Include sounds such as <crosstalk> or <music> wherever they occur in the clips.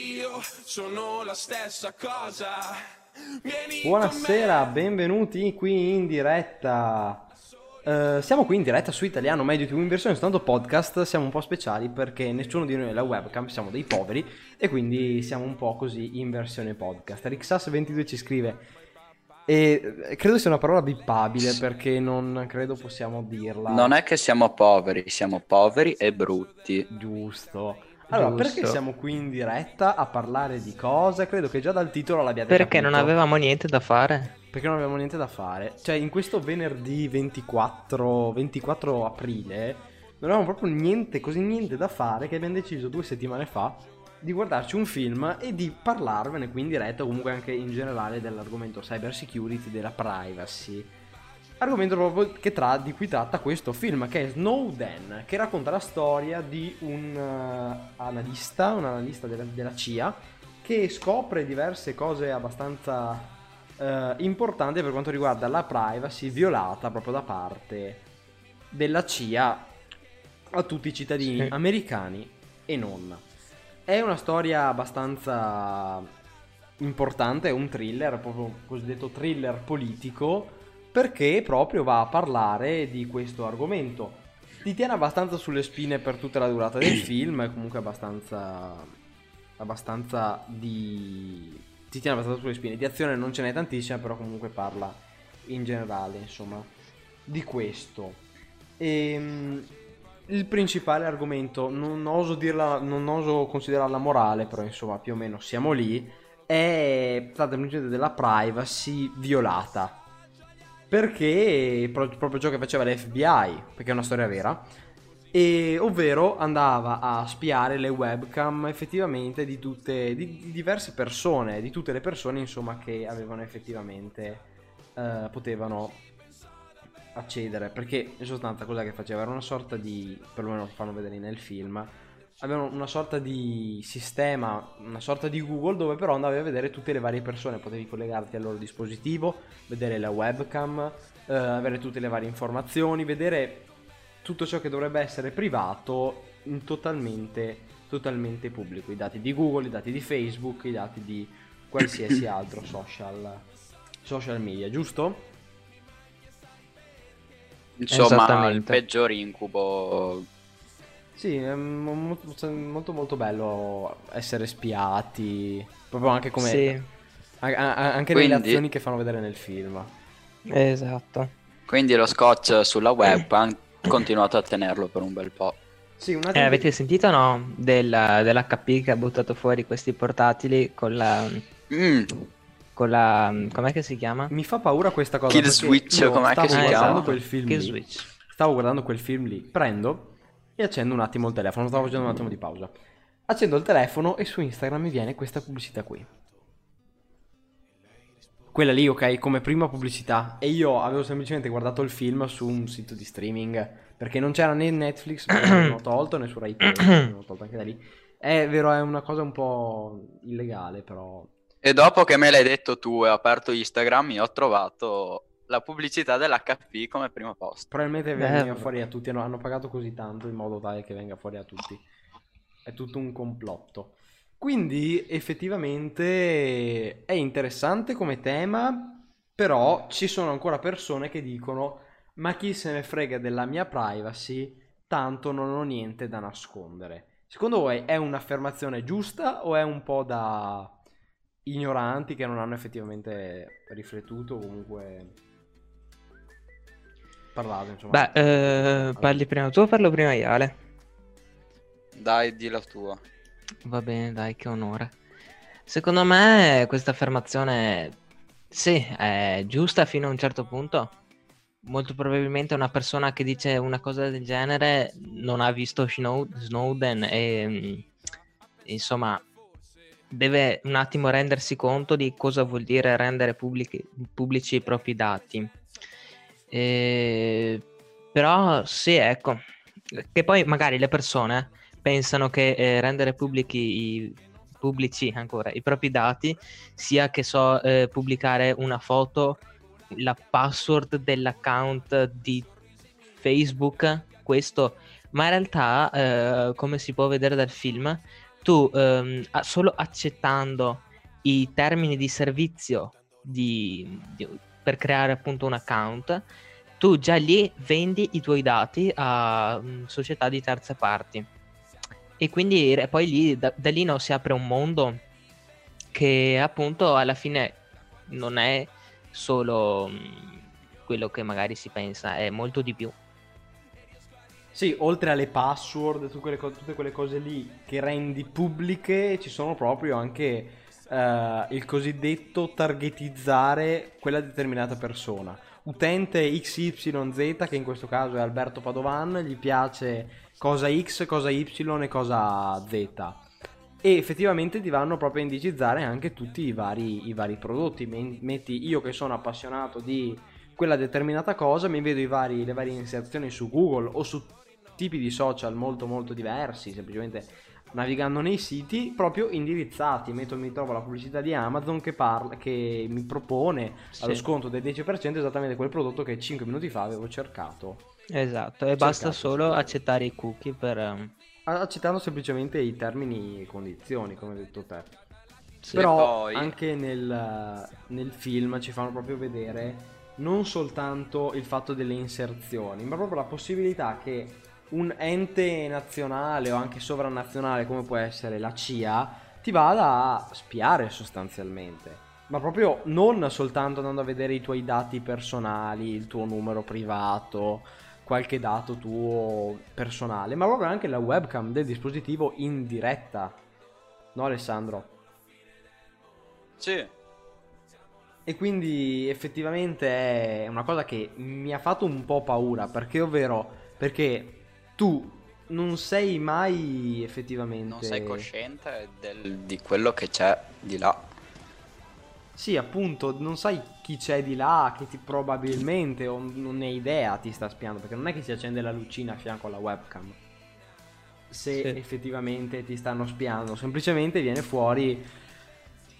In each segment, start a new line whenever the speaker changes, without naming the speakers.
Io sono la stessa cosa. Vieni
Buonasera, benvenuti qui in diretta. Eh, siamo qui in diretta su Italiano Medio TV in versione soltanto podcast. Siamo un po' speciali perché nessuno di noi ha la webcam, siamo dei poveri e quindi siamo un po' così in versione podcast. Rixas22 ci scrive e eh, credo sia una parola bippabile perché non credo possiamo dirla.
Non è che siamo poveri, siamo poveri e brutti.
giusto. Allora,
Giusto.
perché siamo qui in diretta a parlare di cosa? Credo che già dal titolo l'abbiate
Perché
capito.
non avevamo niente da fare?
Perché non abbiamo niente da fare. Cioè, in questo venerdì 24, 24 aprile non avevamo proprio niente, così niente da fare che abbiamo deciso due settimane fa di guardarci un film e di parlarvene qui in diretta, o comunque anche in generale dell'argomento cyber security, della privacy. Argomento proprio che tra- di cui tratta questo film, che è Snowden, che racconta la storia di un eh, analista, un analista della, della CIA, che scopre diverse cose abbastanza eh, importanti per quanto riguarda la privacy violata proprio da parte della CIA a tutti i cittadini
Sì.
americani e non. È una storia abbastanza importante, è un thriller, proprio cosiddetto thriller politico, perché proprio va a parlare di questo argomento. Ti tiene abbastanza sulle spine per tutta la durata del film, è comunque abbastanza... abbastanza di... ti tiene abbastanza sulle spine. Di azione non ce n'è tantissima, però comunque parla in generale, insomma, di questo. Ehm, il principale argomento, non oso, dirla, non oso considerarla morale, però insomma più o meno siamo lì, è stata l'incidente della privacy violata. Perché pro- proprio ciò che faceva l'FBI, perché è una storia vera, e, ovvero andava a spiare le webcam effettivamente di tutte di, di diverse persone, di tutte le persone insomma che avevano effettivamente eh, potevano accedere perché in sostanza cosa che faceva era una sorta di perlomeno fanno vedere nel film avevano una sorta di sistema una sorta di Google dove però andavi a vedere tutte le varie persone potevi collegarti al loro dispositivo vedere la webcam eh, avere tutte le varie informazioni vedere tutto ciò che dovrebbe essere privato in totalmente totalmente pubblico i dati di Google i dati di Facebook i dati di
<coughs>
qualsiasi altro social social media giusto?
Insomma, il
Esattamente.
peggior incubo.
Sì, è mo- molto, molto molto bello essere spiati, proprio anche come
Sì,
a- a- anche nelle
Quindi-
azioni che fanno vedere nel film.
esatto.
Quindi lo scotch sulla web ha continuato a tenerlo per un bel po'.
Sì, un
Eh,
attimo
avete sentito no? Della, dell'HP che ha buttato fuori questi portatili con la...
Mm,
Con la com'è che si chiama?
mi fa paura questa cosa
Kill
perché
Switch,
io
com'è
stavo
che si chiama?
guardando quel film
Kill
lì.
Switch.
Stavo guardando quel film lì, prendo e accendo un attimo il telefono, stavo facendo un attimo di pausa. Accendo il telefono e su Instagram mi viene questa pubblicità qui. Quella lì, ok, come prima pubblicità. E io avevo semplicemente guardato il film su un sito di streaming. Perché non c'era né Netflix, perché l'avevano tolto, né su Rai Play, l'avevano tolto anche da lì. È vero, è una cosa un po' illegale, però...
E dopo che me l'hai detto tu e ho aperto Instagram, io ho trovato la pubblicità dell'HP come primo posto.
Probabilmente
Beh,
venga
vabbè.
fuori a tutti, hanno, hanno pagato così tanto in modo tale che venga fuori a tutti. È tutto un complotto. Quindi effettivamente è interessante come tema, però ci sono ancora persone che dicono ma chi se ne frega della mia privacy, tanto non ho niente da nascondere. Secondo voi è un'affermazione giusta o è un po' da ignoranti che non hanno effettivamente riflettuto o comunque parlato, insomma?
Beh, eh, parli prima tu o parlo prima io, Ale?
Dai, di la tua.
Va bene, dai, che onore. Secondo me questa affermazione, sì, è giusta fino a un certo punto. Molto probabilmente una persona che dice una cosa del genere non ha visto Snow- Snowden e, mh, insomma, deve un attimo rendersi conto di cosa vuol dire rendere pubblici, pubblici i propri dati. E- però sì, ecco, che poi magari le persone pensano che eh, rendere pubblichi i, pubblici ancora i propri dati sia che so eh, pubblicare una foto, la password dell'account di Facebook, questo, ma in realtà eh, come si può vedere dal film tu ehm, a- solo accettando i termini di servizio di- di- per creare appunto un account, tu già lì vendi i tuoi dati a mm, società di terze parti. E quindi re- poi lì, da, da lì no, si apre un mondo che appunto alla fine non è solo mm, quello che magari si pensa, è molto di più.
Sì, oltre alle password, tutte quelle, co- tutte quelle cose lì che rendi pubbliche, ci sono proprio anche eh, il cosiddetto targetizzare quella determinata persona. Utente XYZ, che in questo caso è Alberto Padovan, gli piace cosa X, cosa Y e cosa Z. E effettivamente ti vanno proprio a indicizzare anche tutti i vari, i vari prodotti. Men- Metti io che sono appassionato di quella determinata cosa, mi vedo i vari- le varie inserzioni su Google o su tipi di social molto molto diversi, semplicemente navigando nei siti proprio indirizzati. Metto, mi trovo la pubblicità di Amazon che, parla, che mi propone allo
Sì.
sconto del 10% esattamente quel prodotto che 5 minuti fa avevo cercato.
Esatto, e basta
Cercate,
solo
cercate.
accettare i cookie per... ehm,
Accettando semplicemente i termini e condizioni, come hai detto te.
sì.
Però
poi-
anche nel, nel film ci fanno proprio vedere non soltanto il fatto delle inserzioni, ma proprio la possibilità che un ente nazionale o anche sovranazionale come può essere la CIA ti vada a spiare sostanzialmente. Ma proprio non soltanto andando a vedere i tuoi dati personali, il tuo numero privato, qualche dato tuo personale, ma proprio anche la webcam del dispositivo in diretta. No Alessandro?
Sì,
E quindi effettivamente è una cosa che mi ha fatto un po' paura, perché ovvero, perché tu non sei mai effettivamente...
non sei cosciente del- di quello che c'è di là.
Sì, appunto, non sai chi c'è di là, che ti probabilmente o non ne hai idea ti sta spiando, perché non è che si accende la lucina a fianco alla webcam. Se
Sì.
effettivamente ti stanno spiando, semplicemente viene fuori.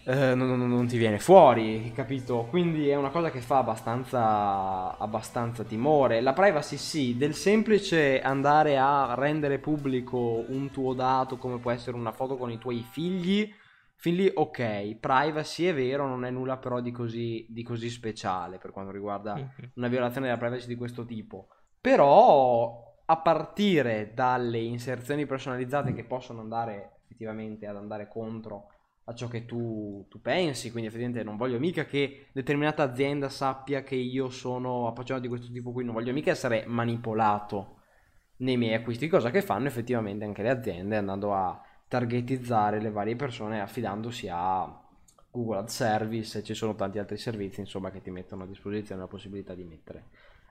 eh, non, non- non ti viene fuori, capito? Quindi è una cosa che fa abbastanza, abbastanza timore. La privacy, sì, del semplice andare a rendere pubblico un tuo dato, come può essere una foto con i tuoi figli, Fin lì ok, privacy è vero, non è nulla però di così, di così speciale per quanto riguarda
Mhm.
una violazione della privacy di questo tipo. Però a partire dalle inserzioni personalizzate che possono andare effettivamente ad andare contro a ciò che tu, tu pensi, quindi effettivamente non voglio mica che determinata azienda sappia che io sono appassionato di questo tipo qui, non voglio mica essere manipolato nei miei acquisti, cosa che fanno effettivamente anche le aziende andando a targetizzare le varie persone affidandosi a Google Ad Service e ci sono tanti altri servizi insomma che ti mettono a disposizione la possibilità di mettere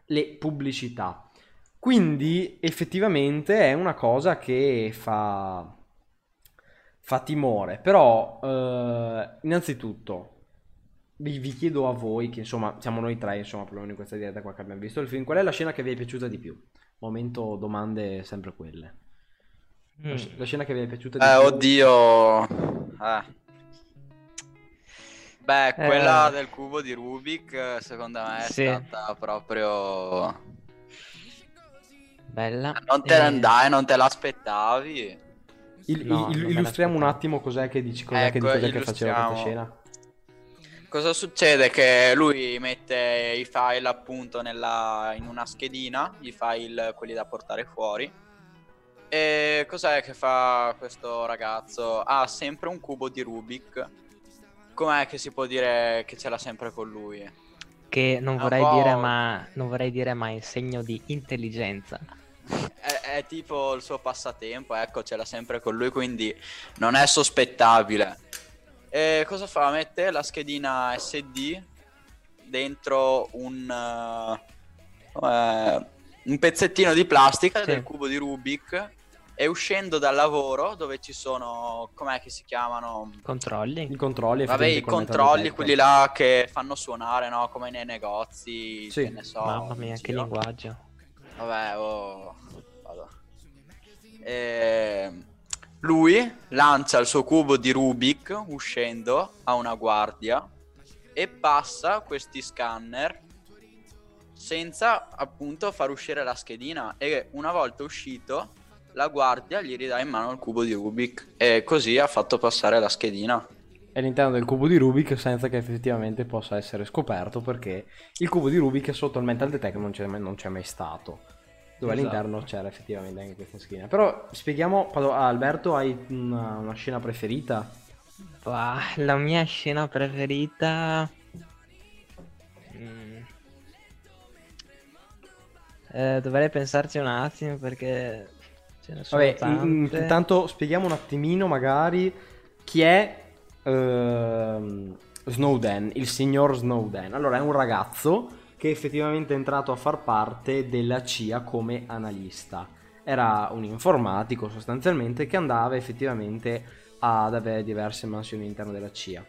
le pubblicità quindi effettivamente è una cosa che fa fa timore però eh, innanzitutto vi, vi chiedo a voi che insomma siamo noi tre insomma perlomeno in questa diretta qua che abbiamo visto il film qual è la scena che vi è piaciuta di più momento domande sempre quelle
Mm.
la,
Mm-hmm.
sc- la scena che vi è piaciuta di
Eh,
più
oddio. Eh. Beh,
Eh.
quella del cubo di Rubik, eh, secondo me, è
Sì.
stata proprio.
Bella.
Non te ne
Eh,
andai, non te l'aspettavi.
Il-
No,
il-
non me
illustriamo un
l'aspettavo.
attimo cos'è che dici, cos'è che,
Ecco,
dici, cos'è che faceva questa
illustriamo.
scena.
Cosa succede? Che lui mette i file appunto nella- in una schedina, i file quelli da portare fuori. E cos'è che fa questo ragazzo? Ha sempre un cubo di Rubik. Com'è che si può dire che ce l'ha sempre con lui?
Che non
Ah,
vorrei,
boh.
dire, ma, non vorrei dire, ma è segno di intelligenza.
È, è tipo il suo passatempo, ecco, ce l'ha sempre con lui, quindi non è sospettabile. E cosa fa? Mette la schedina SD dentro un, eh, eh, un pezzettino di plastica
Sì.
del cubo di Rubik e uscendo dal lavoro dove ci sono, com'è che si chiamano?
I
Controlli.
controlli,
Vabbè, i
effettivamente, col
controlli,
metallo
quelli
detto.
là che fanno suonare, no? Come nei negozi,
Sì.
che ne so.
Mamma
in
mia, che
giro.
linguaggio.
Vabbè, oh, vado. Ehm, lui lancia il suo cubo di Rubik uscendo a una guardia e passa questi scanner senza appunto far uscire la schedina e una volta uscito la guardia gli ridà in mano il cubo di Rubik e così ha fatto passare la schedina.
è all'interno del cubo di Rubik senza che effettivamente possa essere scoperto perché il cubo di Rubik sotto il mental detect non c'è mai, non c'è mai stato dove
Esatto.
all'interno c'era effettivamente anche questa scheda però spieghiamo Pado- ah, Alberto hai una, una scena preferita
Bah, la mia scena preferita. Mm. Eh, dovrei pensarci un attimo perché ce ne sono
vabbè in-
tante.
intanto spieghiamo un attimino magari chi è ehm, Snowden il signor Snowden allora è un ragazzo che effettivamente è entrato a far parte della CIA come analista era un informatico sostanzialmente che andava effettivamente ad avere diverse mansioni all'interno della CIA.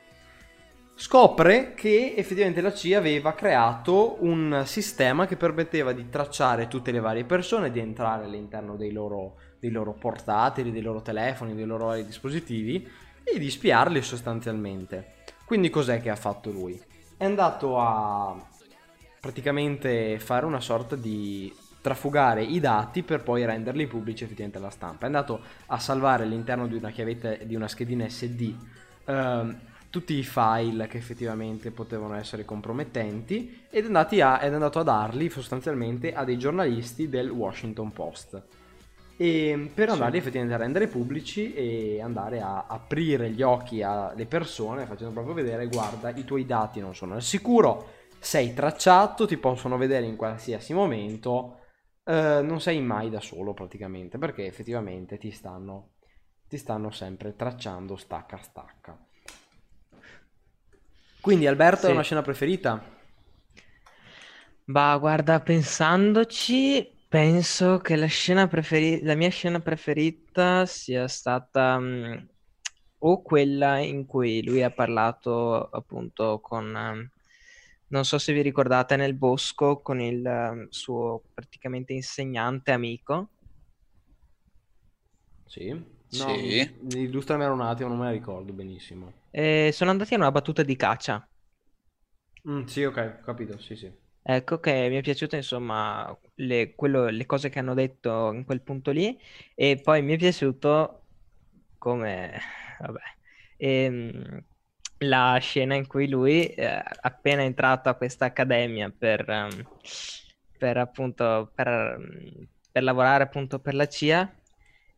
Scopre che effettivamente la CIA aveva creato un sistema che permetteva di tracciare tutte le varie persone, di entrare all'interno dei loro, dei loro portatili, dei loro telefoni, dei loro vari dispositivi e di spiarli sostanzialmente. Quindi cos'è che ha fatto lui? È andato a praticamente fare una sorta di trafugare i dati per poi renderli pubblici effettivamente alla stampa. È andato a salvare all'interno di una chiavetta di una schedina SD ehm, tutti i file che effettivamente potevano essere compromettenti ed è, andati a- ed è andato a darli sostanzialmente a dei giornalisti del Washington Post. E per
Sì.
andarli effettivamente a rendere pubblici e andare a aprire gli occhi alle persone facendo proprio vedere guarda i tuoi dati non sono al sicuro, sei tracciato, ti possono vedere in qualsiasi momento, eh, non sei mai da solo praticamente, perché effettivamente ti stanno, ti stanno sempre tracciando stacca a stacca. Quindi Alberto è
Sì.
una scena preferita?
Bah, guarda, pensandoci, penso che la scena preferi- la mia scena preferita sia stata mm, o quella in cui lui ha parlato appunto con, mm, non so se vi ricordate, nel bosco con il mm, suo praticamente insegnante amico.
Sì. No,
Sì.
mi- Illustramela un attimo, non me la ricordo benissimo.
E sono andati a una battuta di caccia.
Mm, sì, ok, ho capito, sì, sì.
Ecco che mi è piaciuto insomma le, quello- le cose che hanno detto in quel punto lì e poi mi è piaciuto come <laughs> vabbè ehm, la scena in cui lui eh, appena entrato a questa accademia per, ehm, per appunto per, ehm, per lavorare appunto per la CIA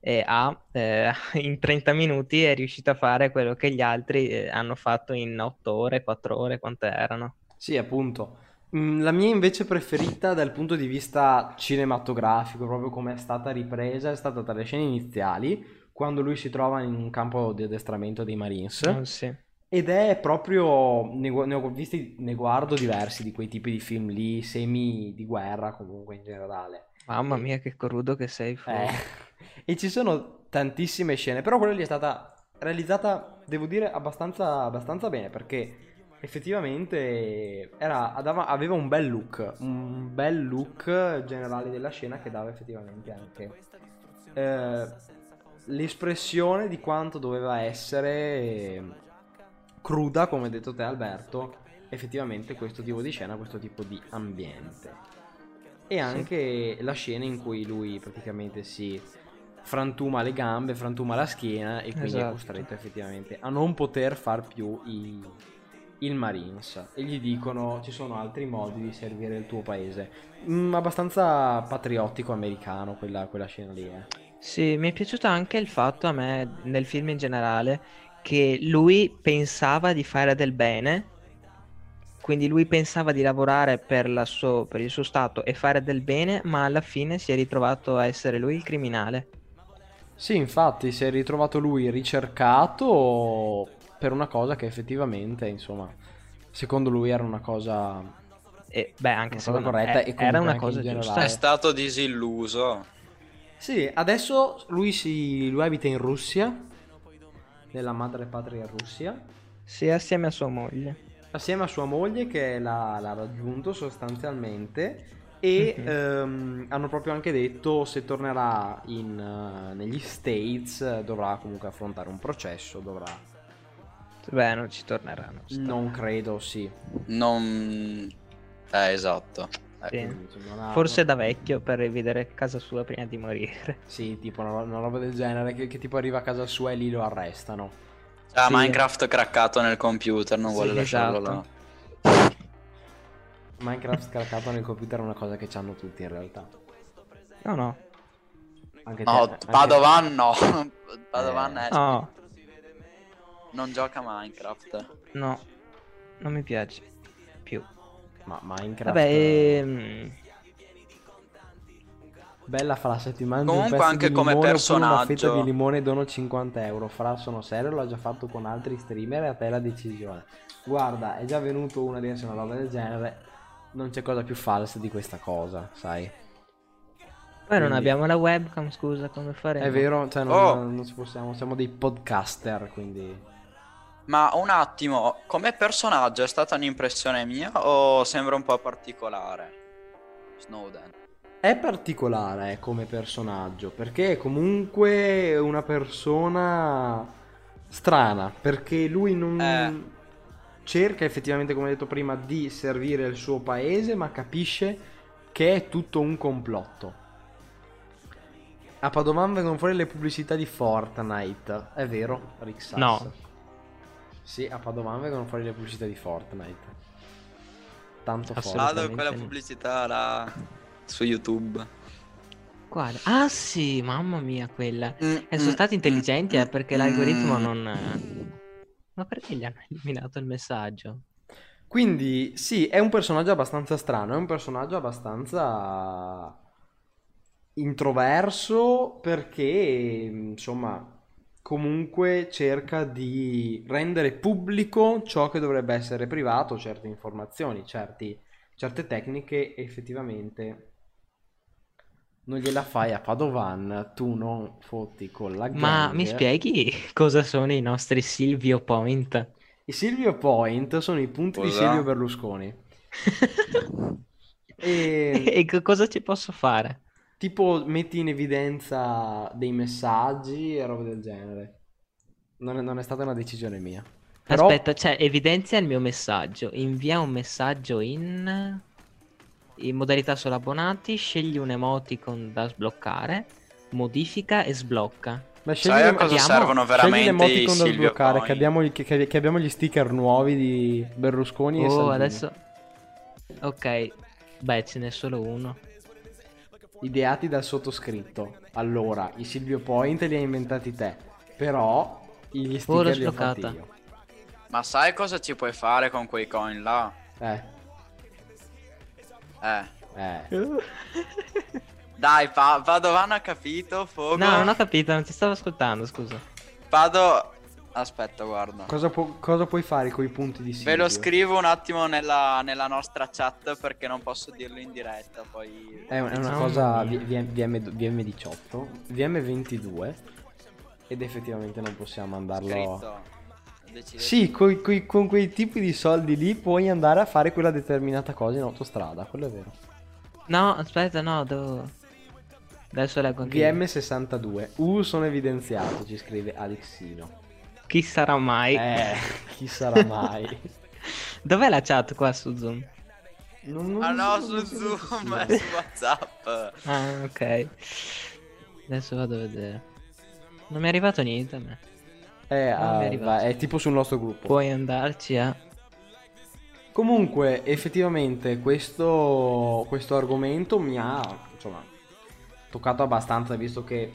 e ha eh, <laughs> in 30 minuti è riuscito a fare quello che gli altri eh, hanno fatto in 8 ore, 4 ore, quante erano.
Sì, appunto. Mm, La mia invece preferita dal punto di vista cinematografico, proprio come è stata ripresa, è stata tra le scene iniziali, quando lui si trova in un campo di addestramento dei Marines.
Oh, sì.
Ed è proprio, ne, gu- ne ho visti, ne guardo diversi di quei tipi di film lì, semi di guerra comunque in generale.
Mamma mia, che crudo che sei fu.
Eh, <laughs> e ci sono tantissime scene, però quella lì è stata realizzata, devo dire, abbastanza, abbastanza bene perché effettivamente era- dava- aveva un bel look, un bel look generale della scena che dava effettivamente anche eh, l'espressione di quanto doveva essere ehm, cruda, come hai detto te Alberto, effettivamente questo tipo di scena, questo tipo di ambiente. E anche la scena in cui lui praticamente si frantuma le gambe, frantuma la schiena e quindi è
Esatto.
costretto effettivamente a non poter far più i- il Marines. E gli dicono ci sono altri modi di servire il tuo paese. Mm, abbastanza patriottico americano quella, quella scena lì. eh.
Sì, mi è piaciuto anche il fatto a me, nel film in generale, che lui pensava di fare del bene, quindi lui pensava di lavorare per la sua- per il suo stato e fare del bene, ma alla fine si è ritrovato a essere lui il criminale.
Sì, infatti si è ritrovato lui ricercato per una cosa che effettivamente, insomma, secondo lui era una cosa...
E beh, anche
Una cosa
secondo me
corretta e
era
comunque
una
anche
cosa
in
giusta.
generale.
È stato disilluso.
Sì, adesso lui, si, lui abita in Russia, nella madre patria Russia.
Sì, assieme a sua moglie.
assieme a sua moglie che l'ha, l'ha raggiunto sostanzialmente e
Mhm.
ehm, hanno proprio anche detto se tornerà in, eh, negli States eh, dovrà comunque affrontare un processo, dovrà...
Beh, non ci torneranno.
Non credo, sì.
Non... Eh, esatto.
Sì.
quindi, cioè, non ha-
Forse
non-
da vecchio per rivedere casa sua prima di morire.
Sì, tipo una, ro- una roba del genere che, che tipo arriva a casa sua e lì lo arrestano.
Ah,
Sì.
Minecraft craccato nel computer, non
Sì,
vuole lasciarlo
esatto.
là.
Minecraft scaricato nel computer è una cosa che hanno tutti in realtà.
No, no.
Eh, Anche
No,
te- anche-
Padovan no. <laughs> Padovan
Eh.
è-
No,
non gioca a Minecraft.
no. Non mi piace più.
Ma Minecraft...
Vabbè, ehm,
Bella fra, se ti mangi
Comunque
un pezzo
anche
di
come
limone oppure una
personaggio.
fetta di limone dono 50 euro. Fra, sono serio, l'ho già fatto con altri streamer e a te la decisione. Guarda, è già venuto una a dirsi una roba del genere. Non c'è cosa più falsa di questa cosa, sai?
poi non
Quindi-
abbiamo la webcam, scusa, come faremo?
È vero, cioè non,
Oh.
non ci possiamo, siamo dei podcaster, quindi...
Ma un attimo, come personaggio è stata un'impressione mia o sembra un po' particolare? Snowden.
È particolare eh, come personaggio perché è comunque una persona strana perché lui non
Eh.
cerca effettivamente, come detto prima, di servire il suo paese, ma capisce che è tutto un complotto. A Padovan vengono fuori le pubblicità di Fortnite, è vero, Rick Sass?
No.
Sì, a Padovan vengono fuori le pubblicità di Fortnite. Tanto
Assolutamente.
forte.
Vado quella
no.
pubblicità là su YouTube.
Quale? Ah sì, mamma mia quella. E
E
Mm.
sono stati intelligenti
mm.
eh, perché l'algoritmo non... eh, Ma perché gli hanno eliminato il messaggio?
Quindi sì, è un personaggio abbastanza strano, è un personaggio abbastanza introverso perché insomma comunque cerca di rendere pubblico ciò che dovrebbe essere privato, certe informazioni, certi- certe tecniche effettivamente non gliela fai a Padovan, tu non fotti con la
Ma mi
gang.
spieghi cosa sono i nostri Silvio Point?
<laughs> I Silvio Point sono i punti di
Cosa?
Silvio Berlusconi. E-
<laughs> e... co- cosa ci posso fare?
Tipo metti in evidenza dei messaggi e roba del genere. Non è, non è stata una decisione mia. Però
Aspetta, cioè, evidenzia il mio messaggio. Invia un messaggio in... in modalità solo abbonati, scegli un emoticon da sbloccare, modifica e sblocca.
ma
Sai a cosa
abbiamo-
servono
scegli
veramente i
l'emoticon da
Silvio
sbloccare,
Coin?
che abbiamo, gli- che- che- che abbiamo gli sticker nuovi di Berlusconi e
Oh,
Salvini.
adesso... Ok, beh, ce n'è solo
<laughs>
uno.
Ideati dal sottoscritto. Allora, i Silvio Point li hai inventati te. Però gli sticker
l'ho
li ho fatti
sbloccata.
io.
Ma sai cosa ci puoi fare con quei coin là?
Eh,
Eh.
eh.
no,
Dai, pa- Padovan ha capito, Fogo.
non ho capito, non ti stavo ascoltando, scusa.
Pado... Aspetta, guarda.
Cosa, pu- cosa puoi fare con i punti di Silvio?
Ve lo scrivo un attimo nella, nella nostra chat perché non posso dirlo in diretta, poi...
È un- è una,
Mamma
cosa
mia.
V- VM VM18, VM22 ed effettivamente non possiamo andarlo.
Scritto. Decidete.
Sì, coi- coi- con quei tipi di soldi lì puoi andare a fare quella determinata cosa in autostrada, quello è vero.
No, aspetta, no, devo... Adesso leggo anche io.
VM62, U sono evidenziato, ci scrive Alexino.
Chi sarà mai?
Eh, <laughs> chi sarà mai?
<laughs> Dov'è la chat qua su Zoom?
Non- non-
<laughs> Ah no,
non-
su
non so
<laughs>
chi
Zoom,
sia.
è su Whatsapp.
Ah, ok. Adesso vado a vedere. Non mi è arrivato niente a me.
Eh,
Non mi è
ah,
arrivato.
va- è tipo sul nostro gruppo.
Puoi andarci eh. a...
Comunque, effettivamente, questo, questo argomento mi ha insomma, toccato abbastanza, visto che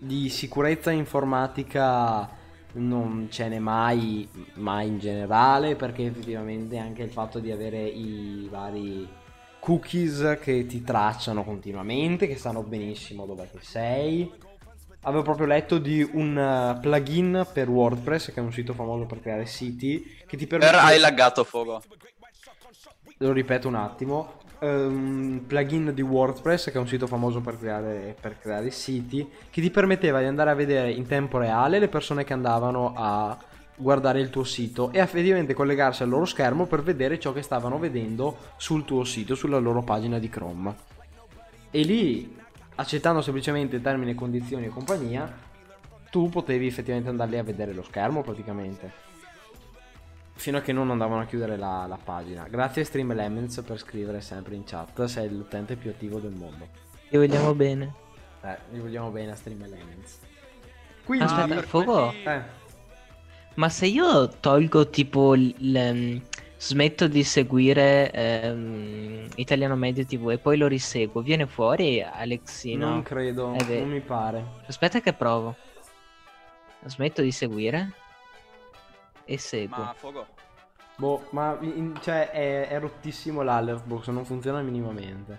di sicurezza informatica non ce n'è mai, mai in generale, perché effettivamente anche il fatto di avere i vari cookies che ti tracciano continuamente, che sanno benissimo dove che sei. Avevo proprio letto di un eh, plugin per WordPress, che è un sito famoso per creare siti, che ti permette...
Per hai laggato Fogo.
Lo ripeto un attimo. ehm, plugin di WordPress, che è un sito famoso per creare, per creare siti, che ti permetteva di andare a vedere in tempo reale le persone che andavano a guardare il tuo sito e effettivamente collegarsi al loro schermo per vedere ciò che stavano vedendo sul tuo sito, sulla loro pagina di Chrome. E lì, accettando semplicemente termini, condizioni e compagnia, tu potevi effettivamente andarli a vedere lo schermo praticamente. Fino a che non andavano a chiudere la, la pagina. Grazie Stream Elements per scrivere sempre in chat. Sei l'utente più attivo del mondo.
Ti vogliamo bene.
Eh, vi vogliamo bene a Stream Elements.
Ah,
Mm.
Quindi,
Aspetta,
per-
Fogo,
eh,
ma se io tolgo tipo il- il, mm, smetto di seguire ehm, Italiano Medio TV e poi lo riseguo, viene fuori Alexino?
non credo,
È vero.
non mi pare.
Aspetta che provo. Smetto di seguire e seguo.
Ma Fogo,
Boh, ma in- cioè, è, è rottissimo l'alert box, non funziona minimamente.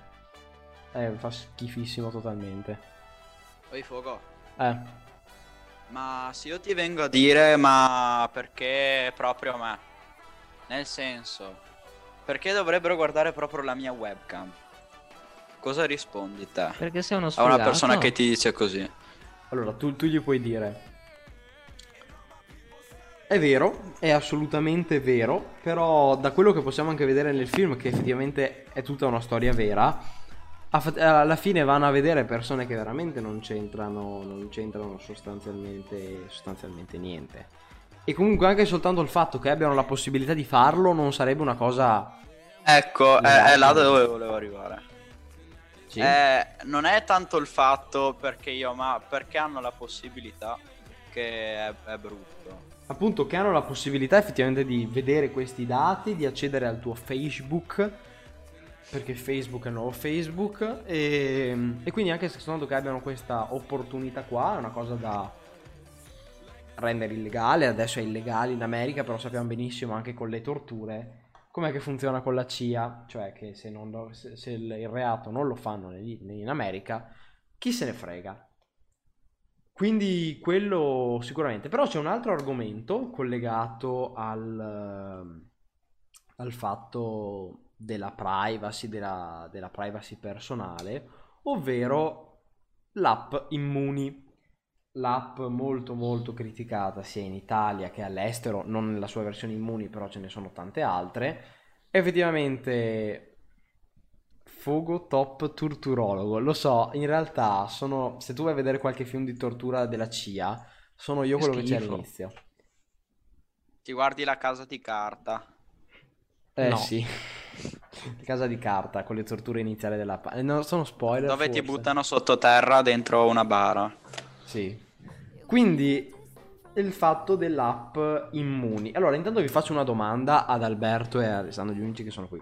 Eh, fa schifissimo totalmente.
oi Fogo,
Eh,
ma se io ti vengo a dire ma perché proprio me? Nel senso, perché dovrebbero guardare proprio la mia webcam? Cosa rispondi te?
Perché sei uno
A una
sfruttato?
persona che ti dice così.
allora tu, tu gli puoi dire. È vero, è assolutamente vero, però da quello che possiamo anche vedere nel film, che effettivamente è tutta una storia vera, a fa- alla fine vanno a vedere persone che veramente non c'entrano, non c'entrano sostanzialmente, sostanzialmente niente. E comunque anche soltanto il fatto che abbiano la possibilità di farlo non sarebbe una cosa...
Ecco, è, è là
Esatto.
dove volevo arrivare.
Sì.
Eh, non è tanto il fatto perché io, ma perché hanno la possibilità che è, è brutto.
appunto che hanno la possibilità effettivamente di vedere questi dati, di accedere al tuo Facebook, perché Facebook è il nuovo Facebook, e, e quindi anche se sono che abbiano questa opportunità qua, è una cosa da rendere illegale, adesso è illegale in America, però sappiamo benissimo anche con le torture. Com'è che funziona con la CIA? Cioè che se, non lo- se- se il il reato non lo fanno negli- in America, chi se ne frega? Quindi quello sicuramente, però c'è un altro argomento collegato al, ehm, al fatto della privacy, della, della privacy personale, ovvero l'app Immuni, l'app molto molto criticata sia in Italia che all'estero, non nella sua versione Immuni, però ce ne sono tante altre. Effettivamente Fogo top torturologo. Lo so, in realtà sono. Se tu vai a vedere qualche film di tortura della CIA, sono io
Che
quello che c'è
schifo.
all'inizio.
Ti guardi la casa di carta.
Eh
No.
sì. <laughs> Casa di carta con le torture iniziali della pa- eh, No, sono spoiler.
Dove ti
forse.
buttano sottoterra dentro una bara.
Sì. Quindi il fatto dell'app Immuni. Allora, intanto vi faccio una domanda ad Alberto e a Alessandro, gli unici che sono qui.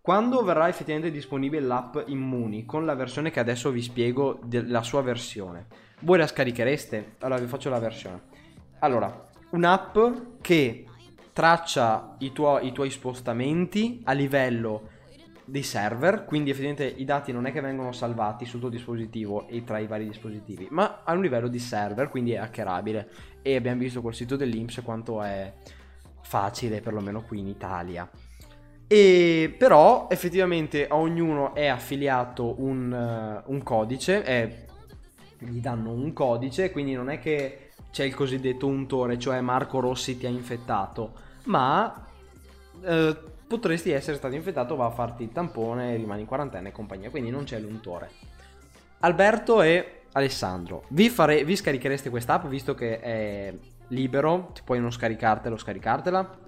Quando verrà effettivamente disponibile l'app Immuni con la versione che adesso vi spiego della sua versione? Voi la scarichereste? Allora, vi faccio la versione. Allora, un'app che traccia i, tuo- i tuoi spostamenti a livello dei server, quindi effettivamente i dati non è che vengono salvati sul tuo dispositivo e tra i vari dispositivi, ma a un livello di server, quindi è hackerabile. E abbiamo visto col sito dell'Inps quanto è facile, perlomeno qui in Italia. E però effettivamente a ognuno è affiliato un, eh, un codice, è- gli danno un codice, quindi non è che c'è il cosiddetto untore, cioè Marco Rossi ti ha infettato, ma eh, potresti essere stato infettato, va a farti il tampone, rimani in quarantena e compagnia, quindi non c'è l'untore. Alberto e Alessandro, vi, fare- vi scarichereste quest'app visto che è libero, ti puoi non scaricartelo, scaricartela?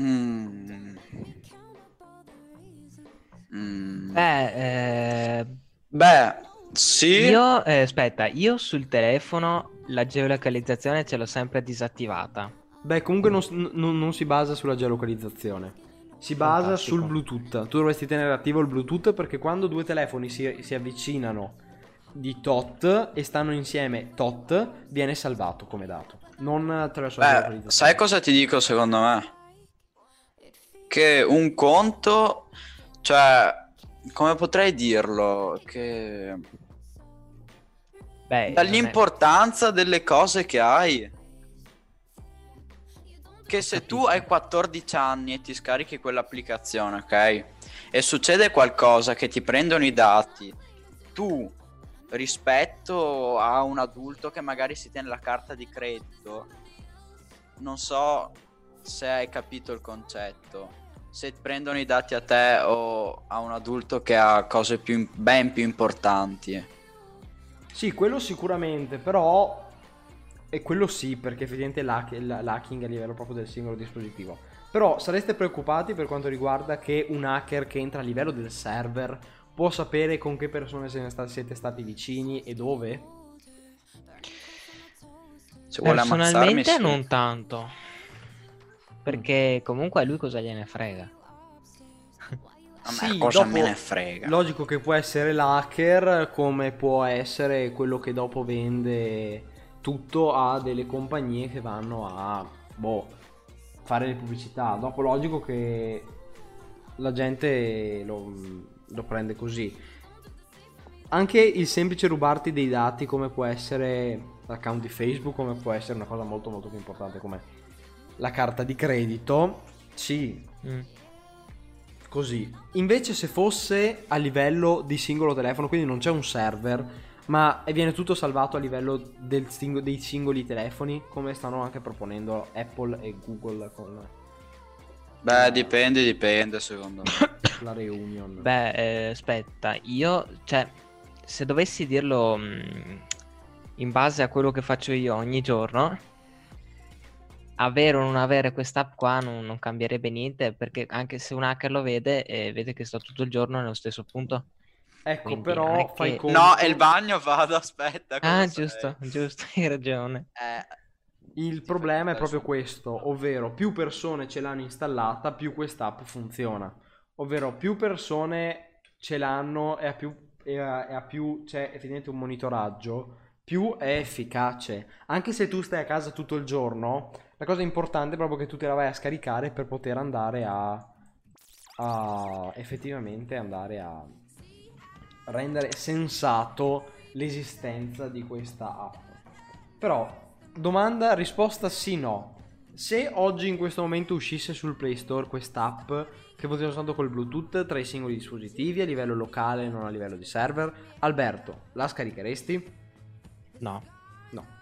Mm. Mm.
Beh, eh,
Beh, sì.
io, eh, aspetta, io sul telefono la geolocalizzazione ce l'ho sempre disattivata.
Beh, comunque non, s- n- non- non si basa sulla geolocalizzazione. Si basa
Fantastico.
sul Bluetooth. Tu dovresti tenere attivo il Bluetooth perché quando due telefoni si, si avvicinano di tot e stanno insieme tot, viene salvato come dato. Non attraverso la
Beh,
geolocalizzazione.
sai cosa ti dico secondo me? Che un conto, cioè, come potrei dirlo? Che
Beh, non è-
dall'importanza delle cose che hai. Che se tu hai 14 anni e ti scarichi quell'applicazione, ok? E succede qualcosa che ti prendono i dati, tu rispetto a un adulto che magari si tiene la carta di credito, non so se hai capito il concetto. Se prendono i dati a te o a un adulto che ha cose più, ben più importanti.
Sì, quello sicuramente, però E quello sì, perché effettivamente l'hack- l- l'hacking a livello proprio del singolo dispositivo. Però sareste preoccupati per quanto riguarda che un hacker che entra a livello del server può sapere con che persone se ne sta- siete stati vicini e dove?
Se vuole ammazzarmi,
Personalmente
sì.
non tanto. Perché comunque a lui cosa gliene frega.
A me
Sì,
cosa
dopo-
me ne frega.
Logico che può essere l'hacker come può essere quello che dopo vende tutto a delle compagnie che vanno a boh, fare le pubblicità. Dopo logico che la gente lo, lo prende così. Anche il semplice rubarti dei dati come può essere l'account di Facebook, come può essere una cosa molto molto più importante come la carta di credito. Sì,
Mm.
Così. Invece se fosse a livello di singolo telefono, quindi non c'è un server, ma e viene tutto salvato a livello del sing- dei singoli telefoni, come stanno anche proponendo Apple e Google con
Beh, dipende, dipende, secondo me.
<laughs>
la reunion.
Beh, eh, aspetta, io, cioè, se dovessi dirlo mh, in base a quello che faccio io ogni giorno, avere o non avere quest'app qua non, non cambierebbe niente, perché anche se un hacker lo vede, eh, vede che sto tutto il giorno nello stesso punto.
ecco,
quindi
però
non è
fai
che-
conto.
No, è il bagno, vado, aspetta.
Ah,
cosa
giusto,
sei.
giusto, <laughs> hai ragione.
Eh,
Il
ti
problema è
fai
proprio
andare
questo, ovvero più persone ce l'hanno installata, più quest'app funziona. Ovvero più persone ce l'hanno e a più, e a- e a più c'è effettivamente un monitoraggio, più è efficace. Anche se tu stai a casa tutto il giorno, la cosa importante è proprio che tu te la vai a scaricare per poter andare a, a effettivamente andare a rendere sensato l'esistenza di questa app. Però, domanda, risposta sì no. Se oggi in questo momento uscisse sul Play Store quest'app che funziona soltanto col Bluetooth tra i singoli dispositivi a livello locale e non a livello di server, Alberto, la scaricheresti?
No,
No.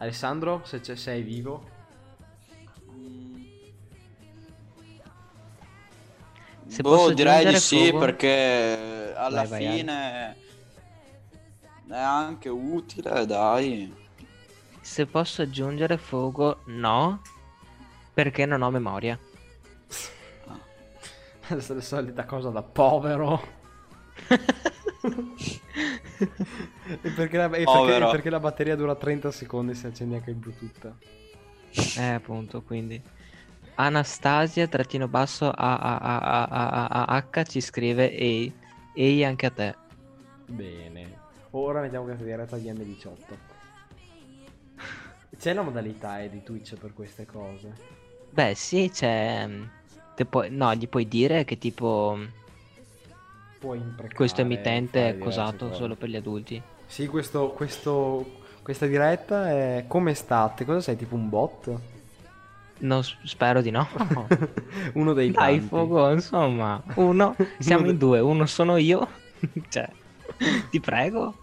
Alessandro, se c'è- sei vivo? <laughs>
Se
boh,
posso
direi di
aggiungere
sì,
solo-
perché alla
Vai, vai, Ale.
fine è anche utile, dai.
se posso aggiungere Fogo, no, perché non ho memoria.
Questa è la solita cosa da povero. e perché la, e perché-
Povero.
perché la batteria dura 30 secondi se accendi anche il Bluetooth?
Eh, appunto, quindi Anastasia trattino basso AAAAAH ci scrive Ehi, ehi anche a te.
Bene. Ora mettiamo questa diretta di M18. C'è la modalità eh, di Twitch per queste cose.
Beh, sì, c'è mm, te puoi- no, gli puoi dire che tipo mm,
Puoi imprecare.
questo
fare
emittente è
diverse
cosato
cose.
solo per gli adulti.
Sì, questo, questo- questa diretta è come state? Cosa sei? Tipo un
<laughs>
bot?
No, s- spero di no.
Uno dei
Dai,
tanti.
Fogo, insomma,
<laughs>
uno, siamo
Uno
in
de-
due, uno sono io,
<laughs>
cioè, ti prego.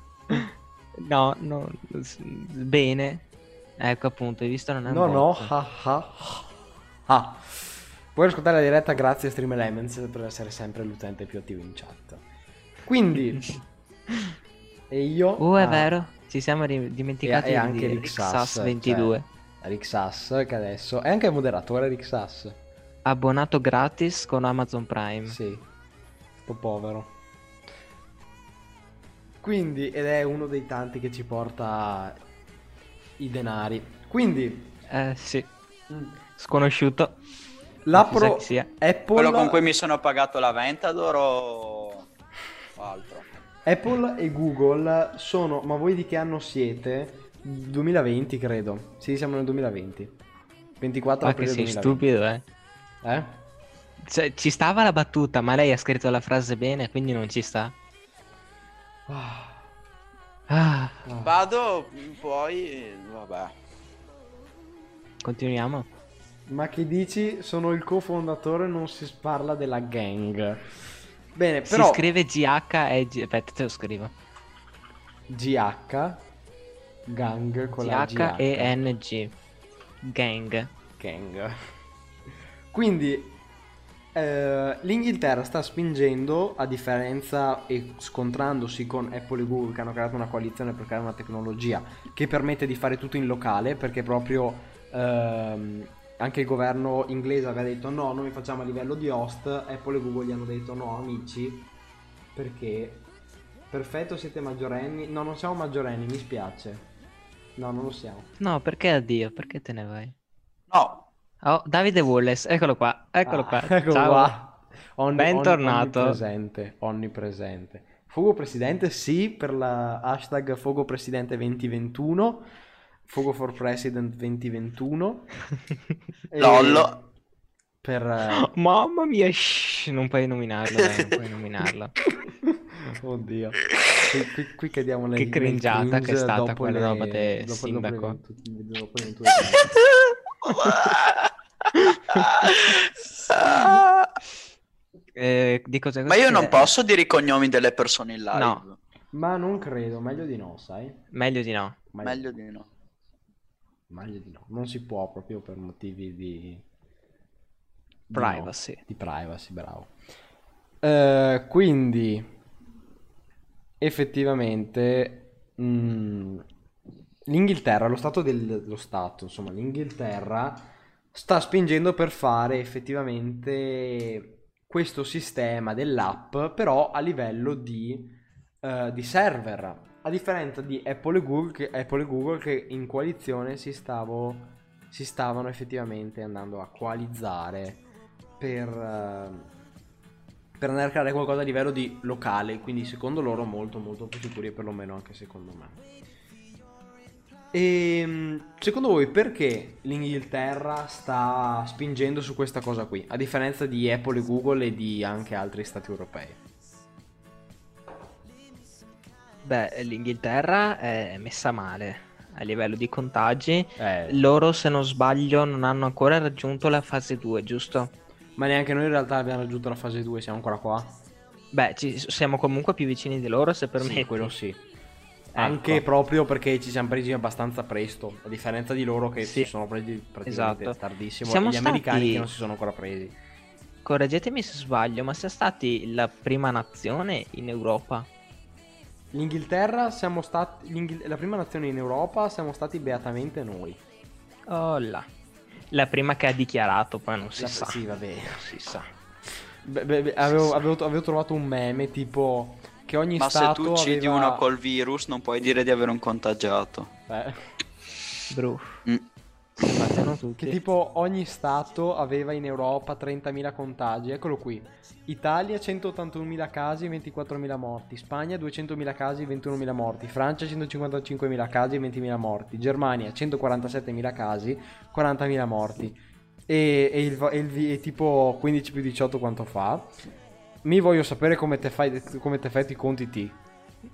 No, no, s- bene. Ecco appunto, hai visto non è un
No, no,
bot.
ah, ah, ah. Puoi ascoltare la diretta grazie a Stream Elements per essere sempre l'utente più attivo in chat.
<laughs>
Quindi, e io...
Uh, è
ah,
vero, ci siamo ri- dimenticati
e, e anche
di
Rixas,
Rixas 22,
cioè, Rixas, che adesso... È anche moderatore Rixas.
abbonato gratis con Amazon
Mm.
Prime.
Sì, sto povero. Quindi, ed è uno dei tanti che ci porta i denari. Quindi,
Eh sì,
Mm.
sconosciuto.
la
Non si sa
pro...
chi sia.
Apple...
Quello con cui mi sono pagato la Ventador o o altro.
Apple e Google sono, ma voi di che anno siete? 2020 credo. Sì, siamo nel 2020. 24
Ma che
aprile
sei
2020.
stupido, eh.
Eh?
Cioè, ci stava la battuta, ma lei ha scritto la frase bene, quindi non ci sta.
Ah,
Ah,
ah.
Vado poi, vabbè.
continuiamo.
Ma che dici? Sono il cofondatore, non si parla della gang. Bene, però
Si scrive GH e G... Aspetta, te lo scrivo.
GH gang con la
GH e NG. Gang.
gang. Quindi Eh, L'Inghilterra sta spingendo, a differenza e scontrandosi con Apple e Google che hanno creato una coalizione per creare una tecnologia che permette di fare tutto in locale, perché proprio ehm, anche il governo inglese aveva detto no, noi facciamo a livello di host, Apple e Google gli hanno detto no amici, perché perfetto siete maggiorenni, no non siamo maggiorenni, mi spiace, no non lo siamo.
No, perché addio? Perché te ne vai?
<laughs> No,
Oh, Davide Wallace, eccolo qua, eccolo
Ah, <laughs>
qua.
Eccolo
Ciao.
qua. Onni-
ecco Bentornato.
onni- Onnipresente, onnipresente. Fogo Presidente, sì, per la hashtag Fogo Presidente 2021. Fogo for President 2021. E
Lollo.
Per... eh,
<laughs> Mamma mia, shh, non puoi nominarlo, dai, non puoi nominarlo.
Oddio. <laughs> Qui, qui, qui cadiamo nel-
Che
nel
cringiata
cringe
che è stata
dopo
quella
le-
roba del
dopo- dopo le
sindaco.
20 dopo le 21.
<laughs> Eh, di cosa-
ma io
eh,
non posso dire i cognomi delle persone in live.
No.
Ma non credo, meglio di no, sai?
Meglio di no.
Meglio-
Meglio di no.
meglio di no. Non si può proprio per motivi di... di no.
Privacy.
di privacy, bravo. Eh, quindi, effettivamente, mh, l'Inghilterra, lo stato del, lo stato, insomma, l'Inghilterra sta spingendo per fare effettivamente questo sistema dell'app, però a livello di, eh, di server. A differenza di Apple e Google, che, Apple e Google che in coalizione si, stavo, si stavano effettivamente andando a coalizzare per, eh, per andare a creare qualcosa a livello di locale, quindi secondo loro molto molto più sicuri e perlomeno anche secondo me. E secondo voi perché l'Inghilterra sta spingendo su questa cosa qui, a differenza di Apple e Google e di anche altri stati europei?
Beh, l'Inghilterra è messa male a livello di contagi.
Eh,
Loro, se non sbaglio, non hanno ancora raggiunto la fase 2, giusto?
ma neanche noi in realtà abbiamo raggiunto la fase 2, siamo ancora qua.
Beh, ci- siamo comunque più vicini di loro, se permetti.
Sì, quello sì. Anche
Ecco.
proprio perché ci siamo presi abbastanza presto, a differenza di loro che
Sì.
si sono presi praticamente
Esatto.
tardissimo,
Siamo
e gli
stati-
americani che non si sono ancora presi.
Correggetemi se sbaglio, ma siamo stati la prima nazione in Europa.
L'Inghilterra siamo stati l'Inghil- la prima nazione in Europa, siamo stati beatamente noi.
Oh là. La prima che ha dichiarato, poi non si
La-
sa.
Sì, vabbè.
Si sa.
Beh, beh, beh, avevo,
sa.
avevo- avevo trovato un meme tipo che ogni
Ma se
stato
tu uccidi
aveva-
uno col virus non puoi dire di avere un contagiato.
Eh.
Bru.
Mm.
Battono tutti.
Che tipo ogni stato aveva in Europa 30.000 contagi, eccolo qui. Italia 181.000 casi, 24.000 morti. Spagna 200.000 casi, 21.000 morti. Francia 155.000 casi, 20.000 morti. Germania 147.000 casi, 40.000 morti. E, e il, va- e il vi- e tipo 15 più 18 quanto fa? Mi voglio sapere come te fai, come te fai i conti ti.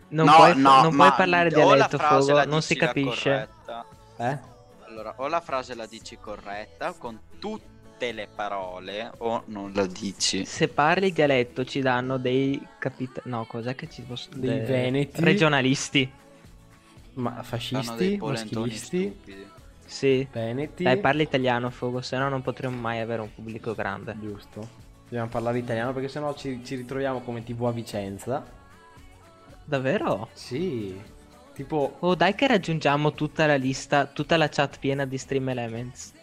Non,
No,
puoi,
no,
non
ma
puoi parlare
o la
dialetto,
frase
Fogo,
la
non si
dici la
capisce.
corretta.
Eh?
Allora, o la frase la dici corretta con tutte le parole o non la dici.
Se parli dialetto ci danno dei capit... No, cos'è che ci posso...
Dei veneti.
Regionalisti.
Ma
Fanno dei
fascisti,
polentoni
maschilisti,
stupidi.
Sì.
veneti.
Dai, parla italiano, Fogo, se no non potremo mai avere un pubblico grande.
Giusto. Dobbiamo parlare italiano perché sennò ci, ci ritroviamo come TV a Vicenza.
Davvero?
Sì. Tipo... <laughs>
Oh, dai che raggiungiamo tutta la lista, tutta la chat piena di Stream Elements.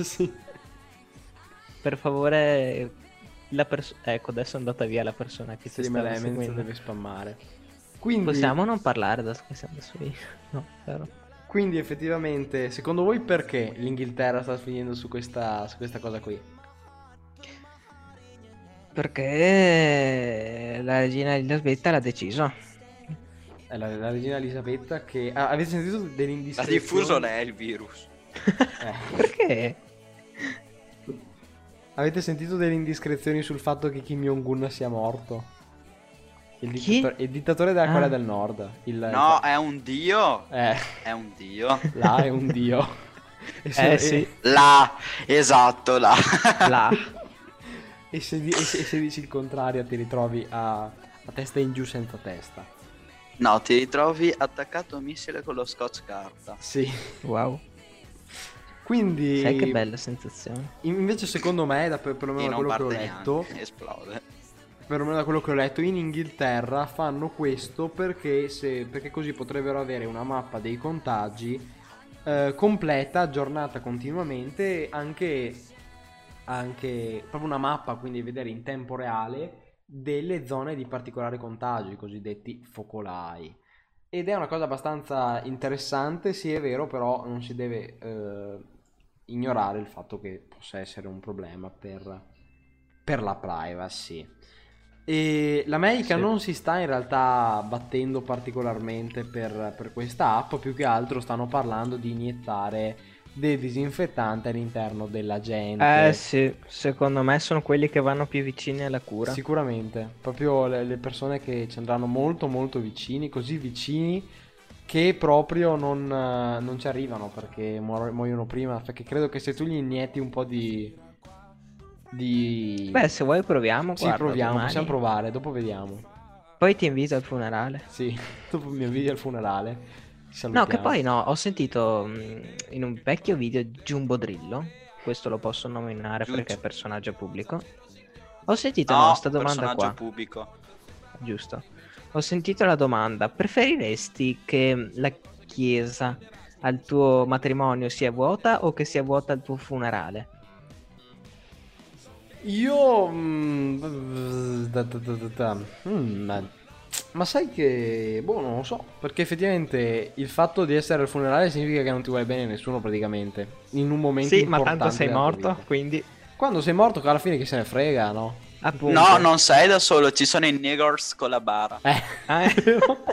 sì.
Per favore, la persona... Ecco, adesso è andata via la persona che
Stream
ti stava
Elements
seguendo.
deve spammare. Quindi,
Possiamo non parlare da che siamo sui... No, però...
quindi effettivamente, secondo voi perché l'Inghilterra sta finendo su questa, su questa cosa qui?
Perché la regina Elisabetta l'ha deciso.
È la, la regina Elisabetta che... ah, avete sentito
La
dell'indiscrezione?
diffusione è il virus.
Eh.
Perché?
Avete sentito delle indiscrezioni sul fatto che Kim Jong-un sia morto? Il
Chi?
dittatore, il dittatore della
Ah.
Corea del Nord. Il,
No, è un dio.
Eh.
È un dio.
Là è un dio. <laughs> E se,
Eh,
e-
sì.
La, esatto, la.
<laughs>
Là.
E, se, di- e se- e se dici il contrario ti ritrovi a, a testa in giù senza testa.
No, ti ritrovi attaccato a un missile con lo scotch carta.
Sì.
Wow.
Quindi,
Sai che bella sensazione.
invece, secondo me, da, per-
E
perlomeno da
non
quello che ho
parte
letto,
neanche, esplode.
perlomeno da quello che ho letto, in Inghilterra fanno questo perché, se- perché così potrebbero avere una mappa dei contagi eh, completa, aggiornata continuamente, anche, anche proprio una mappa, quindi vedere in tempo reale delle zone di particolare contagio, i cosiddetti focolai. Ed è una cosa abbastanza interessante, sì è vero, però non si deve eh, ignorare il fatto che possa essere un problema per, per la privacy. E l'America
Sì.
non si sta in realtà battendo particolarmente per, per questa app, più che altro stanno parlando di iniettare del disinfettante all'interno della gente.
Eh sì, secondo me sono quelli che vanno più vicini alla cura.
Sicuramente, proprio le, le persone che ci andranno molto molto vicini, così vicini che proprio non, eh, non ci arrivano perché muoro- muoiono prima, perché credo che se tu gli inietti un po' di... di...
Beh, se vuoi proviamo,
sì,
guarda,
proviamo,
domani.
possiamo provare, dopo vediamo.
Poi ti invito al funerale.
Sì, <laughs> dopo mi inviti al funerale. ci
No,
salutiamo.
che poi no, ho sentito mh, in un vecchio video Jumbo Drillo, questo lo posso nominare
Giusto.
perché è personaggio pubblico. Ho sentito
No,
questa domanda
personaggio
qua,
pubblico.
giusto. Ho sentito la domanda, preferiresti che la chiesa al tuo matrimonio sia vuota o che sia vuota al tuo funerale?
Io... mm, da- da- da- da- da. Mm, ma- Ma sai che... Boh, non lo so. Perché effettivamente il fatto di essere al funerale significa che non ti vuole bene nessuno praticamente. In un momento...
Sì, ma tanto
importante
sei
della tua
morto,
vita.
quindi
Quando sei morto, alla fine che se ne frega, no?
appunto.
No, non sei da solo, ci sono i niggers con la bara,
Eh.
Ah, è <laughs> vero.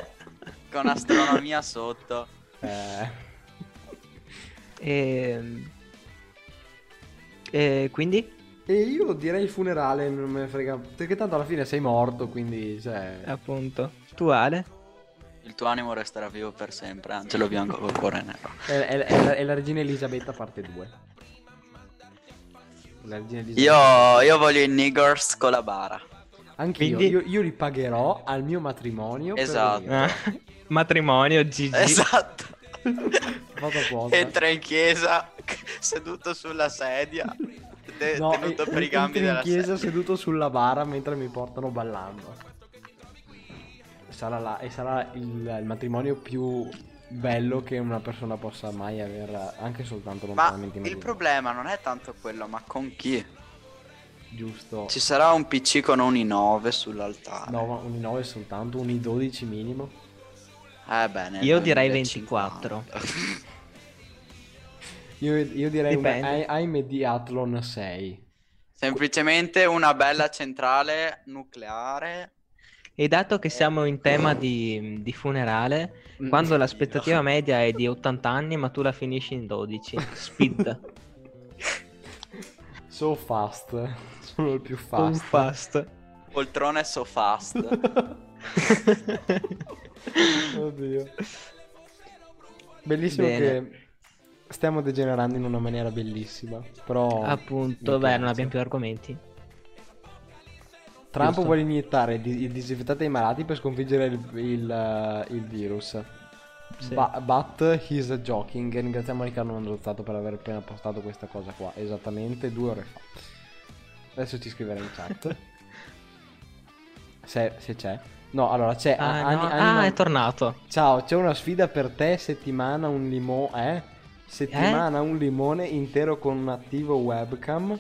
con astronomia <laughs> sotto.
Eh,
Ehm, E, quindi,
E io direi il funerale, non me ne frega. Perché tanto alla fine sei morto, quindi... Cioè...
Eh. appunto, tu Ale?
Il tuo animo resterà vivo per sempre, Angelo Bianco col cuore nero.
È, è- è la, è la regina Elisabetta parte 2. La regina Elisabetta.
Io, io voglio i niggers con la bara.
Anche io,
Quindi-
io, io li pagherò al mio matrimonio. per
Esatto.
venire.
Eh? Matrimonio, GG.
Esatto.
Eh.
Vado
<laughs>
apposta.
Entra in chiesa, <laughs> seduto sulla sedia, de- <laughs>
No,
tenuto
e-
per i
entro
gambi
in
della
chiesa
sedia.
seduto sulla bara mentre mi portano ballando. Sarà la- e sarà il, il matrimonio più bello che una persona possa mai avere, anche soltanto
Ma
lontanamente
il
immaginare.
problema non è tanto quello, ma con chi?
Giusto.
Ci sarà un PC con un i9 sull'altare.
No, ma un 9 soltanto, un 12 minimo.
Eh beh, nel
Io direi
2050.
24.
Io, io direi un
Dipende.
A- AMD Athlon 6.
<laughs> Semplicemente una bella centrale nucleare.
E dato che siamo in tema di, di funerale,
Mm.
quando l'aspettativa media è di 80 anni, ma tu la finisci in 12,
<laughs>
speed,
So fast. <laughs> Sono il più
un
fast.
fast.
Poltrone so
<laughs>
fast.
Oddio. Bellissimo
Bene.
che stiamo degenerando in una maniera bellissima. Però
<laughs> Appunto,
mi
beh, non
piace. Eh,
abbiamo più argomenti.
Trump
giusto.
vuole iniettare di- il disinfettante ai malati per sconfiggere il, il, eh, il virus.
Sì.
Ba- but he's joking. E Ringraziamo Riccardo Manzotzato per aver appena postato questa cosa qua. Esattamente due ore fa. Adesso ci scriverà in
<laughs>
chat. se, se c'è. No, allora c'è.
Ah,
Ani-
no.
Ani-
Ah,
non-
è tornato.
Ciao, c'è una sfida per te, settimana un limone, eh? Settimana un limone intero con un attivo webcam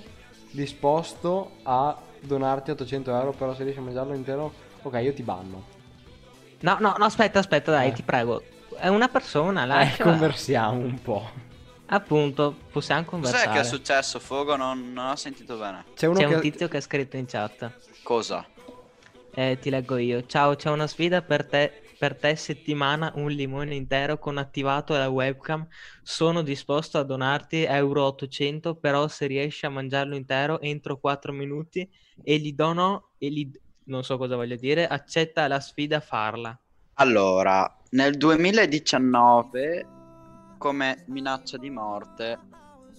disposto a donarti 800 euro, però se riesci a mangiarlo intero... Ok, io ti banno.
No, no, no, aspetta, aspetta, dai,
Eh.
ti prego. È una persona,
Eh,
lasciala.
conversiamo un po'.
Appunto, possiamo
Cos'è che
conversare.
è successo, Fogo? Non, non ho sentito bene.
C'è uno
C'è
che...
un tizio che ha scritto in chat.
Cosa?
Eh, ti leggo io. Ciao, c'è una sfida per te. Per te settimana un limone intero con attivato la webcam. Sono disposto a donarti euro 800, però se riesci a mangiarlo intero entro 4 minuti e gli dono e gli non so cosa voglio dire, accetta la sfida a farla.
Allora, nel 2019 come minaccia di morte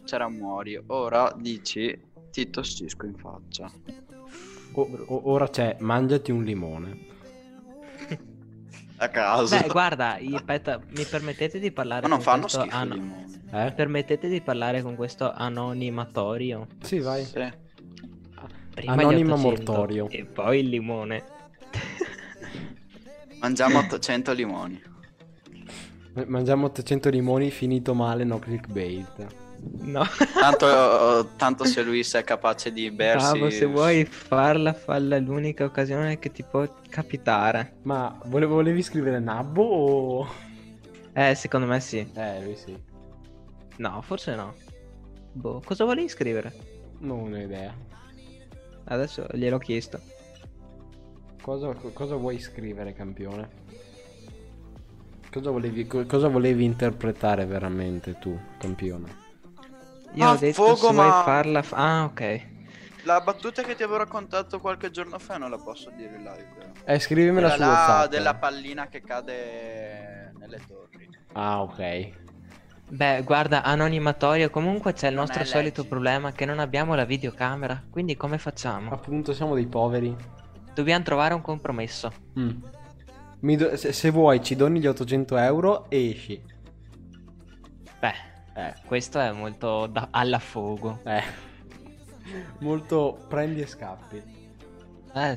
c'era muori. Ora dici ti tossisco in faccia.
o- o- ora c'è, mangiati un limone.
A caso.
Beh, guarda, io- aspetta, mi permettete di parlare
Ma non
con
fanno
questo
schifo i
ano-
limoni.
Eh?
Permettete di parlare con questo anonimatorio?
Sì, vai.
Sì.
Prima gli
Anonimo
800
mortorio.
E poi il limone. <laughs>
Mangiamo 800 limoni.
Mangiamo 800 limoni, finito male, no clickbait.
No. <laughs>
Tanto, tanto se Luis è capace di bersi...
Bravo, se vuoi farla, falla è l'unica occasione che ti può capitare.
Ma vole- volevi scrivere Nabbo o...
Eh, secondo me sì.
Eh, lui sì.
No, forse no. Boh, cosa volevi scrivere?
Non ho idea.
Adesso gliel'ho chiesto.
Cosa, co- cosa vuoi scrivere, campione? Cosa volevi, co- cosa volevi interpretare veramente tu, campione?
Io
Ah,
ho detto
Fogo,
se
ma-
vuoi farla... fa- Ah, ok.
La battuta che ti avevo raccontato qualche giorno fa non la posso dire in live. però.
Eh, scrivimela
Quella
su
là
WhatsApp.
della pallina che cade nelle torri.
Ah, ok.
Beh, guarda, anonimatorio, comunque c'è il
Non
nostro
è
solito
leggi.
problema che non abbiamo la videocamera, quindi come facciamo?
Appunto, siamo dei poveri.
Dobbiamo trovare un compromesso.
Mm. Mi do- se, se vuoi, ci doni gli 800 euro e esci.
Beh,
Eh.
questo è molto da- alla fogo.
Eh. <laughs> Molto prendi e scappi.
Eh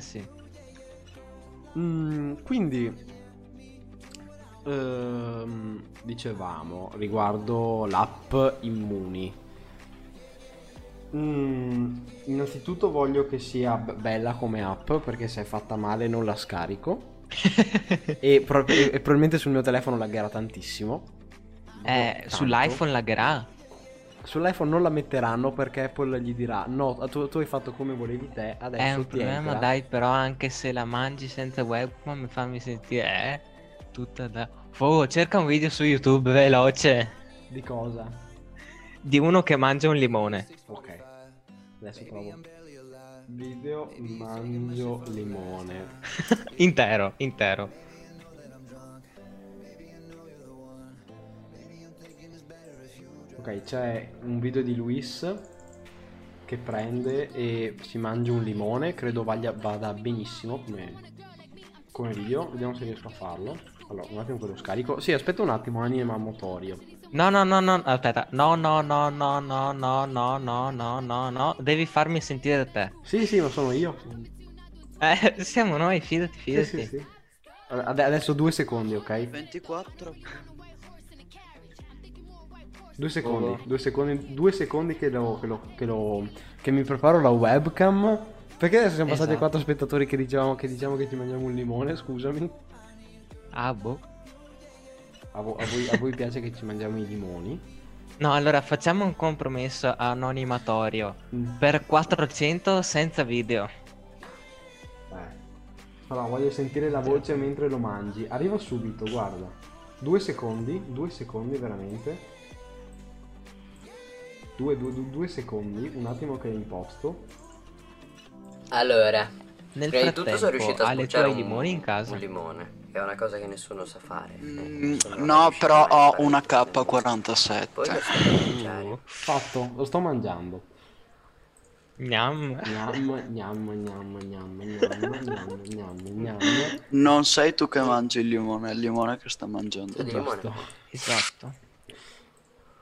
<laughs>
sì.
Mm, quindi, ehm, dicevamo riguardo l'app Immuni. Mm, innanzitutto voglio che sia be- bella come app perché se è fatta male non la scarico.
Eh,
E, pro- e- e probabilmente sul mio telefono laggerà tantissimo.
eh,
Tanto.
sull'iPhone lagherà.
Sull'iPhone non la metteranno perché Apple gli dirà: No, tu, tu hai fatto come volevi te. Adesso
È un
ti
problema,
entra."
dai, però anche se la mangi senza webcam fammi sentire, eh, tutta da... Fogo, cerca un video su YouTube veloce
Di cosa?
di uno che mangia un limone.
Ok. Adesso provo. Video mangio limone.
intero, intero.
Ok, c'è un video di Luis che prende e si mangia un limone. Credo vaglia- vada benissimo come, come video. Vediamo se riesco a farlo. Allora, un attimo che lo scarico. Sì, aspetta un attimo, anima motorio.
No, no, no, no, aspetta. No, no, no, no, no, no, no, no, no, no, no. Devi farmi sentire te.
Sì, sì, ma sono io.
Eh, <laughs> siamo noi, fidati,
Sì,
fidati.
sì, sì. Ade- adesso due secondi, ok?
24.
Due secondi, due secondi, due secondi che, lo, che, lo, che, lo- che mi preparo la webcam. Perché adesso siamo passati a
Esatto.
quattro spettatori che diciamo, che diciamo che ci mangiamo un limone, scusami.
Ah, boh.
A, vo- a voi, a voi piace che ci mangiamo i limoni?
No, allora facciamo un compromesso anonimatorio.
Mm.
Per 400 senza video.
Eh. Allora, voglio sentire la voce mentre lo mangi. Arriva subito, guarda. Due secondi, due secondi veramente. Due, due, due, due secondi, un attimo che imposto.
Allora,
Nel
prima di tutto
frattempo,
sono riuscito a
alle
spulciare
tue
un,
limoni in casa.
un limone, che è una cosa che nessuno sa fare.
Mm,
Sono
no,
riuscito
però
mai a
ho
fare
una
tutto il limone. Poi lo
K47.
sto per mangiare.
Fatto, lo sto mangiando.
Gnam.
Gnam, gnam, gnam, gnam, gnam, gnam, gnam, gnam.
Non sei tu che mangi il limone, è il limone che sta mangiando.
Tu di
Giusto.
limone.
Esatto.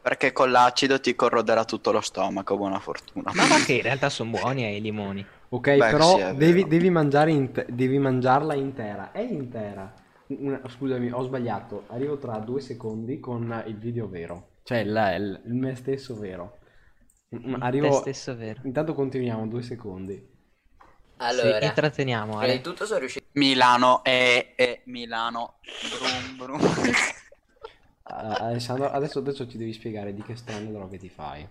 Perché con l'acido ti corroderà tutto lo stomaco, buona fortuna.
Ma va che in realtà sono buoni eh, i limoni.
Ok,
Beh,
però
sì, è
devi,
vero.
devi mangiare in- devi mangiarla intera. È intera. Una- scusami, ho sbagliato. Arrivo tra due secondi con il video vero. Cioè il, il- il me stesso vero. Mm, Arrivo...
Te stesso vero.
Intanto continuiamo, due secondi.
Allora,
Sì, intratteniamo,
prima di
Ale.
tutto sono riuscito
Milano e e Milano. Brum brum.
Ah, Alessandro, adesso, adesso ci devi spiegare di che strane droghe ti fai.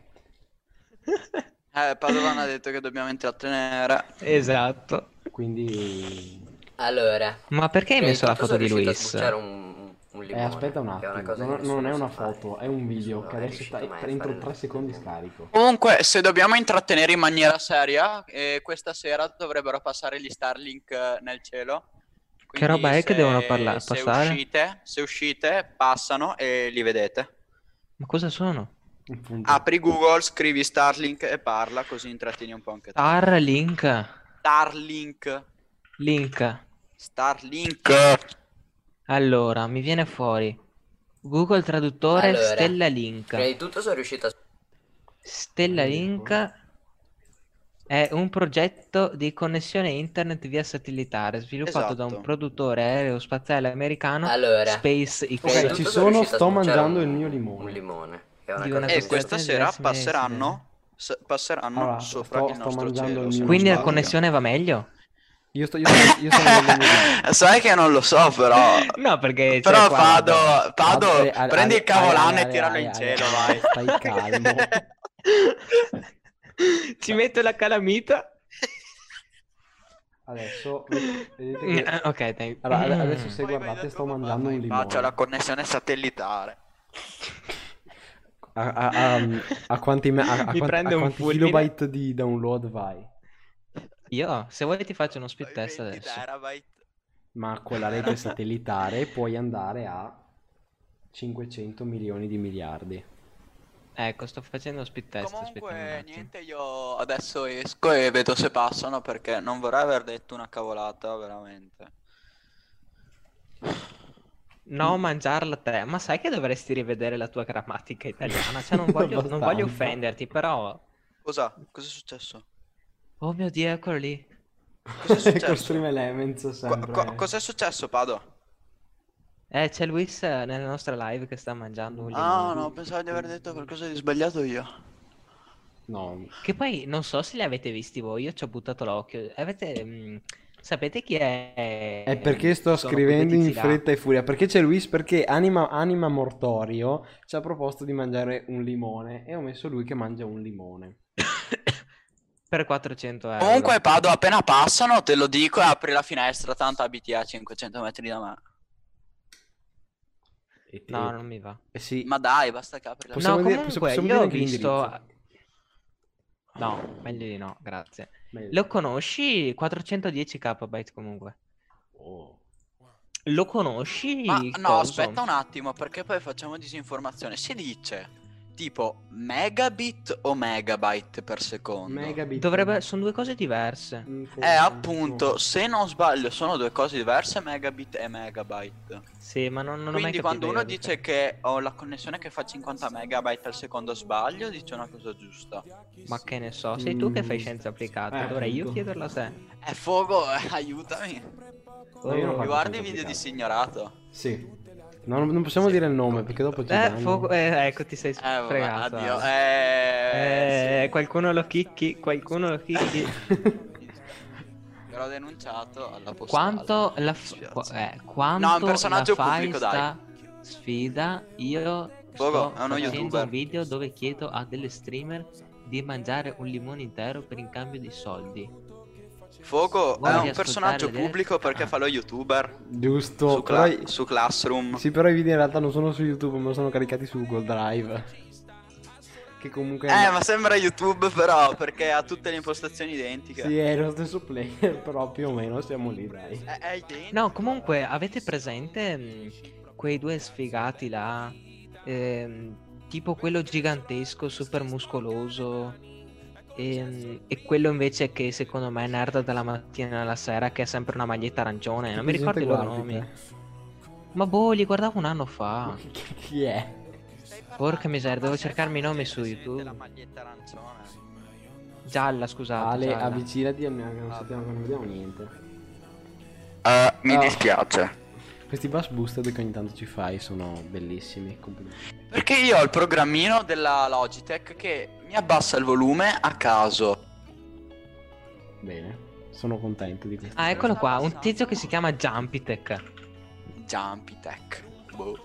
Eh, Padovan ha detto che dobbiamo intrattenere.
<laughs> Esatto.
Quindi...
Allora,
Ma perché hai
prima
messo la
tutto
foto di
sono riuscito a
Luis?
spulciare un, un
Eh,
limone,
aspetta un
che è
attimo,
una cosa
non,
che
non è
nessuno
una
sa fare.
foto, è un video che
Nessuno è
adesso tra-
riuscito mai a
tra-
fare
entro
il
tre secondi
limone.
scarico.
Comunque, se dobbiamo intrattenere in maniera seria, eh, questa sera dovrebbero passare gli Starlink eh, nel cielo. Quindi
roba è che
se-
devono parla-
se
passare?
Uscite, se uscite, passano e li vedete.
Ma cosa sono?
Appunto.
Apri Google, scrivi Starlink e parla, così intratteni un po' anche te.
Tar link.
Starlink.
Link.
Starlink.
Allora, mi viene fuori Google traduttore
Allora.
Stella Link.
Prima di tutto sono riuscito a...
Stella
Ecco.
Link è un progetto di connessione internet via satellitare sviluppato da un
Esatto.
produttore aerospaziale americano,
Allora.
Space X.
prima di
Ok, ci
tutto
sono,
riuscito a
sto
spulciare
mangiando
un-
il mio limone.
Un limone. Che è una
Di
cosa
una
che-
E
Esatto.
questa sera
Diversi mesi,
passeranno, s- passeranno
Allora,
sopra
sto-
il
sto
nostro
mangiando
cielo.
il
se non
Quindi la
sbaglio. <laughs>
connessione va meglio?
Io sto, io sto, io <laughs> sto nel mio
Sai che non lo so, però.
<laughs> No,
Eh,
perché c'è
Però
qua-
Pado, Pado,
Ale- cioè, Ale-
prendi il
Ale-
cavolano
Ale-
e tiralo
Ale-
in
Ale- <laughs>
cielo,
Ale-
vai.
Stai
<laughs>
calmo.
<laughs> Ci metto la calamita.
Adesso vedete che...
Ok, dai.
Allora, adesso
Mm.
se guardate sto mangiando un limone.
Faccio la connessione satellitare.
A, a- a- a quanti, me- a, a
Mi
quanti-
prende
a
un
quanti
fulmine.
kilobyte di download vai?
Io, se vuoi ti faccio uno split
Poi
test
20
adesso.
terabyte.
Ma con la rete satellitare puoi andare a 500 milioni di miliardi.
Ecco, sto facendo lo speed test. aspetta un
Comunque,
attimo.
niente, io adesso esco e vedo se passano perché non vorrei aver detto una cavolata, veramente.
No, mangiarla te. Ma sai che dovresti rivedere la tua grammatica italiana?
<laughs>
Cioè, non voglio, non
Abbastanza.
voglio offenderti, però...
Cosa? Cosa è successo?
Oh mio Dio, eccolo lì.
<laughs>
Cos'è successo?
Con Stream Elements
Co-
sempre.
co- cos'è successo, Pado?
Eh, c'è Luis eh, nella nostra live che sta mangiando un
Ah,
limone.
no, pensavo di aver detto qualcosa di sbagliato io.
No,
Che poi non so se li avete visti voi, io ci ho buttato l'occhio. Avete... mm, sapete chi è? Mm,
è Eh, perché sto
Eh, Sono
scrivendo
quei
in
tizi là.
fretta e furia. Perché c'è Luis? Perché Anima, Anima Mortorio ci ha proposto di mangiare un limone e ho messo lui che mangia un limone.
<coughs> Per 400 euro.
Comunque, Pado, appena passano, te lo dico e apri la finestra, tanto abiti a 500 metri da me.
E te-
No, non mi va.
eh sì,
Ma dai, basta che apri la
possiamo
No,
dire,
comunque,
possiamo- possiamo
io
dire
ho
anche
visto-
l'indirizzo.
No, meglio di no, grazie.
Meglio.
Lo conosci? 410 KB comunque.
Oh.
Lo conosci?
Ma
il
no,
coso?
aspetta un attimo, perché poi facciamo disinformazione. Si dice tipo megabit o megabyte per secondo?
Megabit.
Dovrebbe... Sono due cose diverse.
Mm,
Eh, appunto, se non sbaglio, sono due cose diverse, megabit e megabyte.
Sì, ma non, non ho mai
Quindi
capito
quando
io
uno
la
dice che ho la connessione che fa 50 megabyte al secondo sbaglio, dice una cosa giusta.
differenza. Ma che ne so, sei tu che
Mm.
fai scienze applicate,
Eh,
dovrei io
appunto.
chiederlo a te.
Eh, fogo, eh, aiutami.
No, io non
Mi
faccio
guardi i
così
video di
complicate.
Signorato.
Sì. No, non, non possiamo dire il nome perché dopo ci
Eh,
danno.
fuoco- eh, ecco, ti sei
Eh, vabbè,
fregato.
addio.
Ale.
Eh,
Eh, qualcuno lo chicchi, qualcuno lo
<laughs>
chicchi.
sì, l'ho denunciato alla postale.
Quanto la
Mi
f-
dispiace.
qu- eh, quanto
No, un personaggio
la fai
pubblico,
sta sfida? Io
Poco,
sto
è uno
facendo
youtuber.
un video dove chiedo a delle streamer di mangiare un limone intero per in cambio di soldi.
Fogo
Voglio
è un
ascoltare
personaggio
le dirette.
pubblico perché fa lo youtuber
<laughs> Giusto.
su, cla-
però-
su Classroom.
Sì, però i video in realtà non sono su YouTube, ma sono caricati su Google Drive. Che comunque
Eh, ma sembra YouTube però perché ha tutte le impostazioni identiche.
Sì, è lo stesso player, <laughs> però più o meno siamo lì, dai.
Eh, È, è identico.
No, comunque, avete presente mh, quei due sfigati là? Ehm, tipo quello gigantesco, super muscoloso. ehm, e quello invece che secondo me è nerd dalla mattina alla sera, che è sempre una maglietta arancione. Eh, Non mi ricordo i loro nomi. Ah. Ma boh, li guardavo un anno fa.
<laughs> Chi è?
Esatto, Porca miseria, devo cercarmi i nomi su
La
YouTube.
maglietta arancione.
Gialla, scusate.
Ale,
gialla.
avvicinati a me, che non
Esatto.
sappiamo che non vediamo niente.
Eh, mi
Ah.
dispiace.
Questi bus boosted che ogni tanto ci fai sono bellissimi, complimenti.
Perché io ho il programmino della Logitech che mi abbassa il volume a caso.
Bene, sono contento di questo.
Ah, eccolo qua, un tizio che si chiama Jumpytech.
Jumpy Tech. Boh.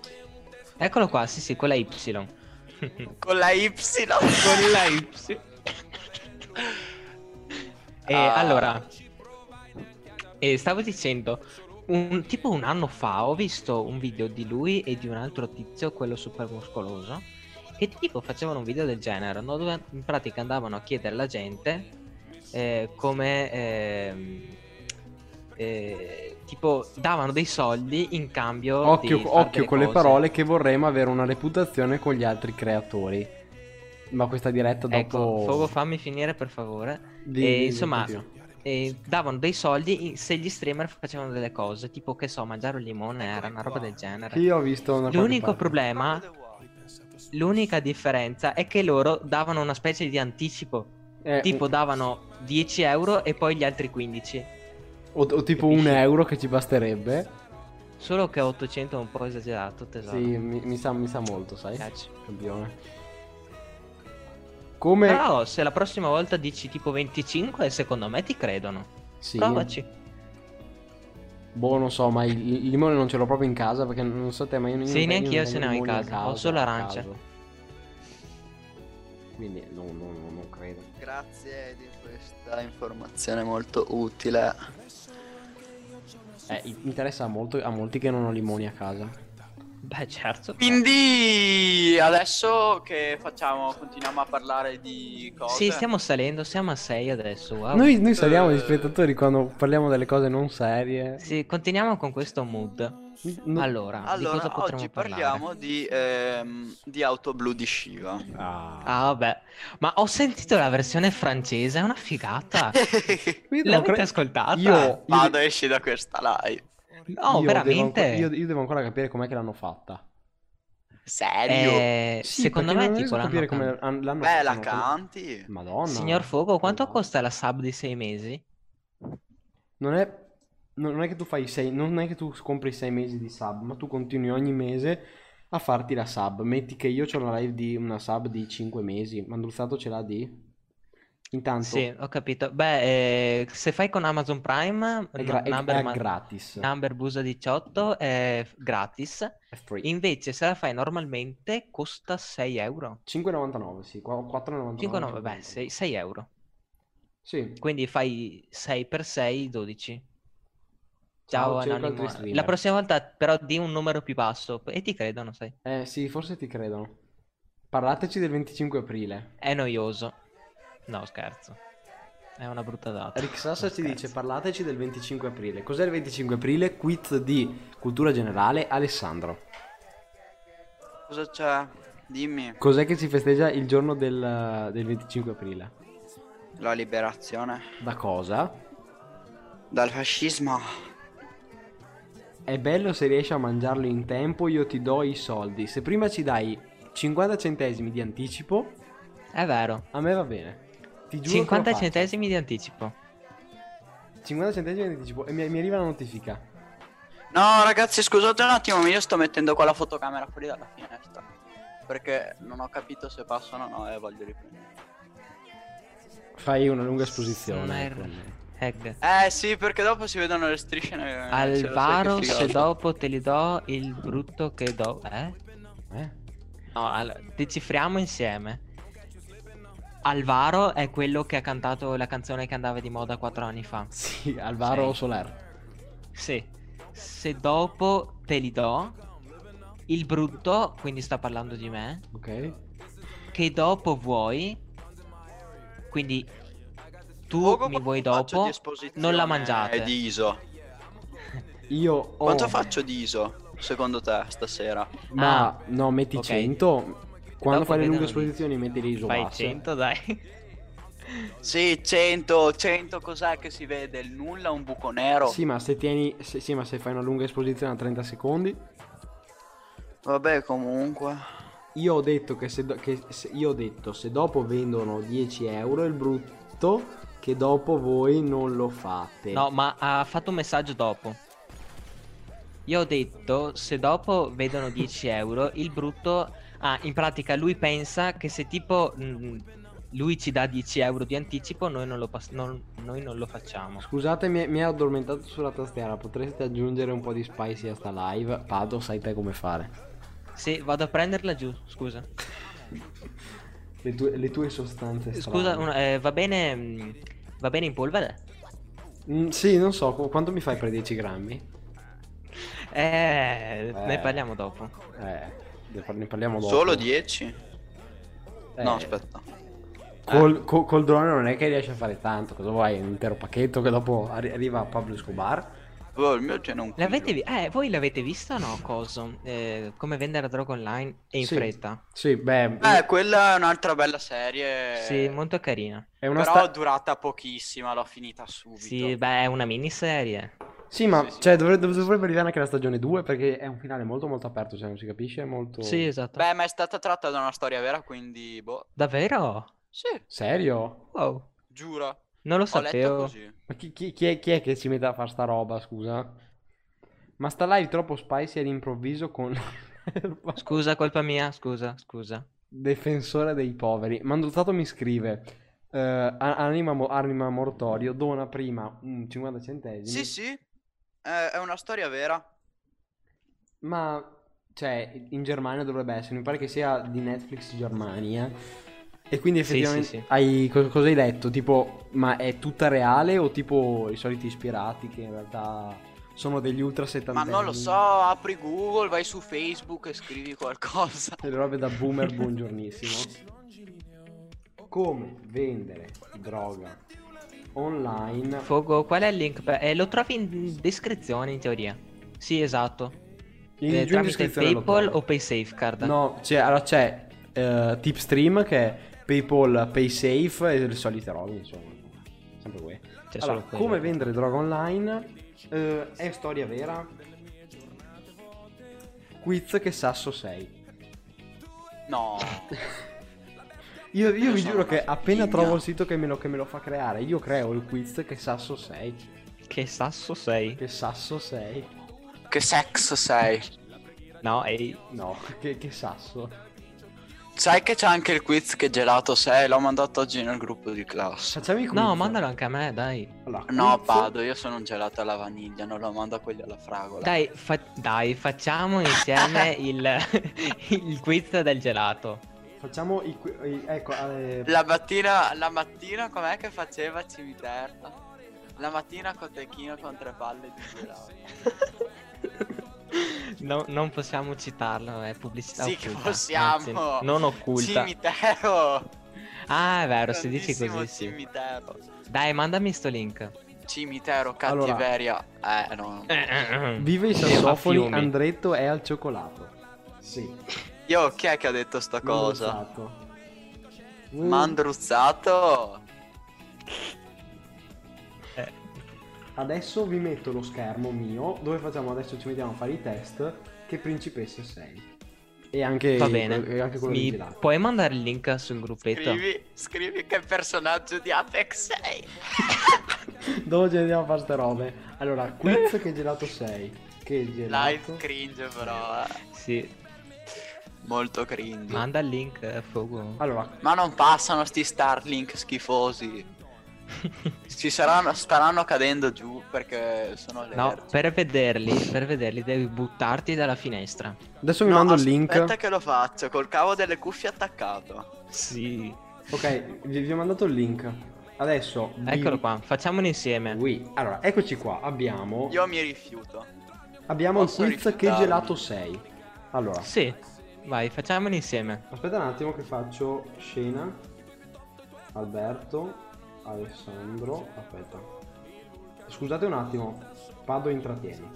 Eccolo qua, sì sì, quella Y. Con
Con la Y.
la Y. E
Ah.
allora, e stavo dicendo, un- tipo un anno fa ho visto un video di lui e di un altro tizio, quello super muscoloso, che tipo facevano un video del genere, no? dove in pratica andavano a chiedere alla gente eh, come... ehm, eh, tipo davano dei soldi in cambio di
Occhio,
far
occhio
delle
con le
cose.
parole che vorremmo avere una reputazione con gli altri creatori. Ma questa diretta dopo...
ecco Fogo Ecco, fammi finire per favore
Di-
E,
di-
insomma,
continua.
E eh, davano dei soldi in- se gli streamer facevano delle cose, tipo che so, mangiare un limone
Ecco,
era una roba del genere.
Io ho visto una
eh, L'unico
qualche parte.
problema, l'unica differenza è che loro davano una specie di anticipo.
Eh,
Tipo
un-
davano 10 euro e poi gli altri 15.
o, o tipo un
capisci?
euro che ci basterebbe.
Solo che 800 è un po' esagerato, tesoro.
Sì, mi, mi sa, mi sa molto, sai?
Cazzo.
Campione. Come...
Però se la prossima volta dici tipo 25, secondo me ti credono.
sì.
Provaci.
Boh, non so, ma il, il limone non ce l'ho proprio in casa perché non so te, ma io non
Sì,
io
neanche
non
io
tengo
ce ne ho in
limoni a
casa, ho solo
a
arancia.
caso. Quindi no, no, no, non credo.
Grazie di questa informazione molto utile.
Eh, interessa molto a molti che non ho limoni a casa.
Beh, certo.
Quindi adesso che facciamo? Continuiamo a parlare di cose.
Sì, stiamo salendo, siamo a 6 adesso. Wow.
Noi, noi saliamo
Eh.
gli spettatori quando parliamo delle cose non serie.
Sì, continuiamo con questo mood.
No-
Allora, di cosa
Allora,
potremmo
oggi
parlare?
parliamo di, ehm, di auto blu di Shiva.
Ah.
Ah, vabbè. Ma ho sentito la versione francese, è
<laughs>
una
<laughs>
figata.
Io devo
L'avete
cre-
ascoltata?
Io, io-
Vado, esci da questa live.
No,
io
Oh, veramente.
devo ancora- io, io devo ancora capire com'è che l'hanno fatta.
Serio?
Eh,
Sì,
secondo
perché
me
non riesco
tipo
a
l'hanno
capire
cantata.
come l'han- l'hanno
Beh, Eh, la
l'hanno-
canti.
Madonna.
Signor Fogo, quanto
Madonna.
costa la sub di 6 mesi?
Non è, non è che tu fai sei, non è che tu compri sei mesi di sub, ma tu continui ogni mese a farti la sub. Metti che io ho una live di una sub di 5 mesi, Mandulzato ce l'ha di? Intanto
Sì, ho capito. Beh, eh, se fai con Amazon Prime,
è, gra-
n-
è-
number,
è
ma-
gratis,
number Busa 18 è f- gratis.
è free.
Invece, se la fai normalmente, costa 6 euro.
5,99, sì, qua- 4,99.
5,9, beh, 6, 6 euro.
Sì,
Quindi fai 6 per 6, 12. Ciao,
cerco
Anonimo.
altri streamer.
La prossima volta, però, di un numero più basso e ti credono, sai.
eh sì, forse ti credono. Parlateci del 25 aprile.
È noioso. No, scherzo. È una brutta data.
Rixassa ci
Scherzo.
dice parlateci del 25 aprile. Cos'è il 25 aprile? Quiz di cultura generale Alessandro.
Cosa c'è? Dimmi.
Cos'è che si festeggia il giorno del, del 25 aprile?
La liberazione
Da cosa?
dal fascismo.
È bello se riesci a mangiarlo in tempo, io ti do i soldi. Se prima ci dai 50 centesimi di anticipo,
È vero.
a me va bene. Ti giuro
50
che lo faccio.
centesimi di anticipo.
50 centesimi di anticipo e mi, mi arriva la notifica.
No, ragazzi, scusate un attimo, ma io sto mettendo qua la fotocamera fuori dalla finestra. Perché non ho capito se passano o no e voglio riprendere.
Fai una lunga esposizione.
Smer-
ecco.
Egg.
Eh sì, perché dopo si vedono le strisce. nel- cioè, lo sai che
Alvaro, se
figata.
dopo te li do il brutto che do. Eh?
Eh?
No, allora, decifriamo insieme. Alvaro è quello che ha cantato la canzone che andava di moda 4 anni fa.
Sì, Alvaro
Sì.
Soler.
Sì. Se dopo te li do il brutto, quindi sta parlando di me,
Ok?
che dopo vuoi, quindi tu
Poco
mi vuoi
quanto faccio
dopo,
di esposizione
non la mangiate. Oh.
e di ISO.
Io ho...
Quanto faccio di ISO, secondo te, stasera?
Ma
Ah,
no, metti
ok.
100. Quando
Dopo
fai le lunghe
vedono lì.
esposizioni metti le ISO
Fai
basse.
100, dai.
Sì, 100, 100 cos'è che si vede? Il nulla, un buco nero.
Sì, ma se tieni. se- sì, ma se fai una lunga esposizione a 30 secondi.
Vabbè, comunque.
Io ho detto che se, do- che se- io ho detto, se dopo vendono 10 euro il brutto, che dopo voi non lo fate.
No, ma ha fatto un messaggio dopo. Io ho detto, se dopo vedono 10 euro, il brutto... Ah, in pratica lui pensa che se tipo mh, lui ci dà 10 euro di anticipo, noi non lo, pas- non- noi non lo facciamo.
Scusate, mi, mi è addormentato sulla tastiera. Potreste aggiungere un po' di spicy a sta live? Pado, sai te come fare.
Sì, vado a prenderla giù, scusa.
Le tue, le tue sostanze strane.
Scusa, un- eh, va bene... mh, va bene in polvere?
Mm, sì, non so, qu- quanto mi fai per 10 grammi?
Eh,
Eh.
ne parliamo dopo.
Eh, ne par- ne parliamo dopo.
Solo 10?
Eh,
No, aspetta.
Col, co- col drone non è che riesci a fare tanto, cosa vuoi? Un intero pacchetto che dopo arri- arriva Pablo Escobar
Boh, il mio genio è un culo.
L'avete vi- eh, voi l'avete visto o no, Coso? Eh, come vendere droga online e in
Sì.
fretta.
Sì, beh,
Eh, quella è un'altra bella serie.
Sì, molto carina.
è una
Però
sta-
durata pochissima, l'ho finita subito.
Sì, beh, è una miniserie.
Sì, ma
Sì, sì.
cioè, dovrebbe, dovrebbe arrivare anche la stagione 2 perché è un finale molto molto aperto, cioè non si capisce, è molto...
Sì, esatto.
Beh, ma è stata tratta da una storia vera, quindi boh.
Davvero?
Sì,
Serio?
Wow.
giuro. Ho
Non lo
letto
sapevo.
così.
Ma chi, chi- chi è, chi è che si mette a fare sta roba, scusa? Ma sta live troppo spicy all'improvviso con... <laughs>
Scusa, colpa mia, scusa, scusa.
Difensore dei poveri. Mandolzato mi scrive... eh, a- anima, Mo- Anima Mortorio dona prima un 50 centesimi.
Sì, sì. eh, È una storia vera.
Ma cioè, in Germania dovrebbe essere, mi pare che sia di Netflix Germania. E quindi
Sì,
effettivamente
sì, sì.
Hai, co- cosa hai letto? Tipo, ma è tutta reale o tipo i soliti ispirati che in realtà sono degli ultra
Ma
settantenni?
non lo so, apri Google, vai su Facebook e scrivi
<laughs>
qualcosa.
Delle robe da boomer buongiornissimo. Come vendere droga online?
Fogo, qual è il link? per- eh, lo trovi in descrizione, in teoria. Sì, esatto.
In,
Eh,
giù in
tramite
descrizione lo
PayPal
trovi.
o PaySafeCard?
No, c'è, allora c'è eh, Tipstream che è PayPal, PaySafe e le solite robe, insomma. Sempre quelle.
C'è
Allora,
solo quello.
come vendere droga online? eh, è storia vera? Quiz che sasso sei.
No.
Io, io
Io
vi
sono
giuro
una
che appena
figlia.
trovo il sito che me, lo, che me lo fa creare, io creo il quiz che sasso sei.
Che sasso sei?
Che sasso sei?
Che sex sei?
No, ehi.
No, <laughs> che, che sasso.
Sai che c'è anche il quiz che gelato sei? L'ho mandato oggi nel gruppo di classe.
Facciamo i quiz.
No, mandalo anche a me, dai.
Allora,
No,
quiz-
vado, io sono un gelato alla vaniglia, non lo mando a quelli alla fragola.
Dai, fa- dai, facciamo
<laughs>
insieme il, <laughs> il quiz del gelato.
Facciamo i qui- i- Ecco, eh,
La mattina, la mattina com'è che faceva Cimiterra? La mattina con Tecchino con tre palle di gelato.
<laughs> No, non possiamo citarlo, è pubblicità
Sì che
occulta,
possiamo.
anzi, non occulta.
Cimitero.
Ah, è vero, si dice
Grandissimo
così, sì.
Cimitero.
Dai, mandami sto link.
Cimitero,
Allora.
cattiveria. Eh, no.
vive i
Sì, a
sassofoni,
fiumi.
Andretto è al cioccolato. Sì.
Io chi è che ha detto sta cosa? Mm.
Mando
Mandruzzato?
Adesso vi metto lo schermo mio dove facciamo adesso ci mettiamo a fare i test che principessa sei. E anche,
Va bene.
e anche quello di
Mi
là.
puoi mandare il link sul gruppetto?
Scrivi, scrivi che personaggio di Apex sei.
Dove ci andiamo a fare ste robe? Allora, quiz che gelato sei? Che gelato?
Live cringe però. eh.
Sì,
Molto cringe. Ma...
manda il link, eh, Fogo.
Allora,
non passano sti Starlink
<laughs>
schifosi. Ci saranno, staranno cadendo giù perché sono le
No, per vederli, per vederli devi buttarti dalla finestra.
adesso vi mando il
Aspetta
link.
che lo faccio col cavo delle cuffie attaccato.
Sì.
Ok, vi, vi ho mandato il link. Adesso vi-
Eccolo qua, facciamolo insieme.
Oui. Allora, eccoci qua. Abbiamo
Io mi rifiuto.
abbiamo il
posso
quiz che
rifiutarmi.
gelato sei. Allora,
Sì, vai, facciamolo insieme.
Aspetta un attimo che faccio scena. Alberto, Alessandro, aspetta. Scusate un attimo, Pado intrattieni.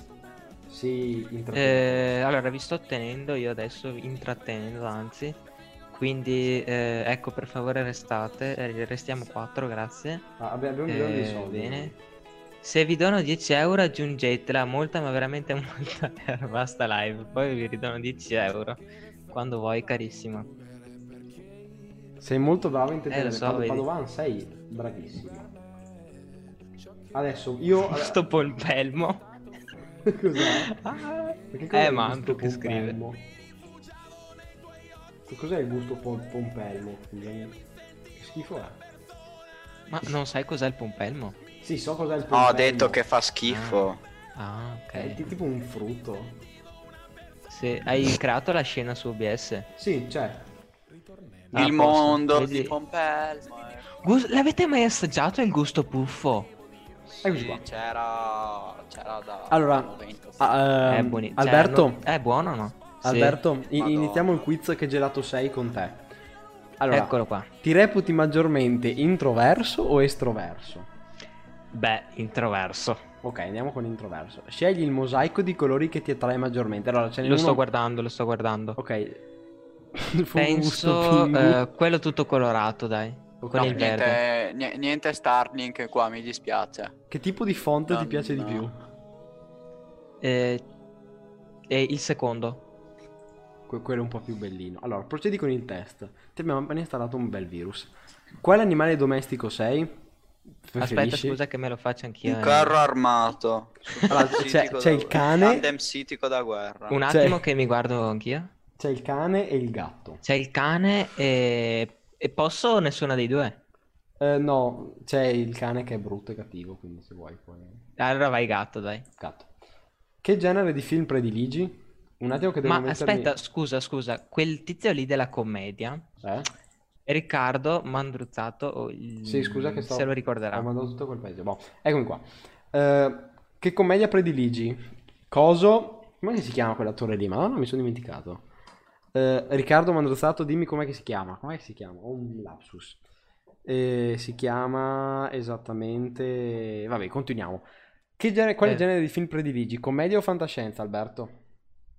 Si intrattiene.
Eh, allora, vi sto tenendo io adesso, intrattenendo anzi. Quindi, eh, ecco, per favore restate, eh, restiamo 4, grazie.
Ah, abbi- abbiamo bisogno di
Eh,
soldi.
bene. Se vi dono 10 euro aggiungetela, molta ma veramente <laughs> molta erba sta live, poi vi ridono 10 euro. Quando vuoi, carissimo.
Sei molto bravo in intendere.
Eh, lo so,
Pado-
vedi.
Padovan, sei bravissimo. Adesso io...
Sto polpelmo.
<laughs> Cos'è?
Ah,
Perché
eh,
cos'è il
Manto
gusto
che scrive.
pompelmo? Che Cos'è il gusto pom- pompelmo? scusami? Che schifo è?
Ma non sai cos'è il pompelmo?
Sì, so cos'è il
No,
pompelmo.
Ah, ho detto che fa schifo.
Ah,
È
ok.
ti- tipo un frutto.
Se hai creato la scena su OBS.
Sì, cioè. c'è.
Ah,
il
posso.
mondo
Vedi?
di Pompelmo. eh.
Gus- L'avete mai assaggiato il gusto puffo?
Eccoci
Sì,
qua.
c'era. C'era da.
Allora,
90, sì.
ah,
è
ehm,
buoni- cioè,
Alberto,
no- è buono o no? Sì.
Alberto, i-
Madonna.
iniziamo il quiz che gelato sei con te. Allora,
Eccolo qua.
ti reputi maggiormente introverso o estroverso?
Beh, introverso.
Ok, andiamo con introverso. Scegli il mosaico di colori che ti attrae maggiormente. Allora, ce n'è
Lo
uno-
sto guardando, lo sto guardando.
Ok. <laughs> Fu gusto,
Penso
quindi.
eh, quello tutto colorato, dai.
Ok.
Con
No,
il
niente,
verde.
nie- niente Starlink qua, mi dispiace.
Che tipo di font ti
no,
piace
no.
di più?
Eh, e il secondo.
Que- quello un po' più bellino. Allora, procedi con il test. Ti abbiamo appena installato un bel virus. Quale animale domestico sei?
Aspetta,
Preferisci?
scusa che me lo faccio anch'io.
Un
eh.
carro armato.
Allora, c'è-
Sitico
c'è
da-
il cane.
Tandem sitico da guerra.
Un
Cioè-
attimo che mi guardo anch'io.
C'è il cane e il gatto.
C'è il cane e... e posso o nessuna dei due?
Eh, no, c'è il cane che è brutto e cattivo, quindi se vuoi puoi...
Allora vai gatto, dai.
Gatto. Che genere di film prediligi? Un attimo che devo
Ma
mettermi-
aspetta, scusa, scusa, quel tizio lì della commedia,
Eh?
Riccardo Mandruzzato, o il-
Sì, scusa che sto...
se lo ricorderà.
Ho mandato tutto quel paese. Boh, eccomi qua. Eh, che commedia prediligi? Coso... Com'è che si chiama quell'attore lì? Madonna, mi sono dimenticato. Eh, Riccardo Mandrozzato, dimmi com'è che si chiama. Com'è che si chiama? Ho un lapsus. Eh, si chiama esattamente... Vabbè, continuiamo. Che genere- quale
Eh.
genere di film prediligi? Commedia o fantascienza, Alberto?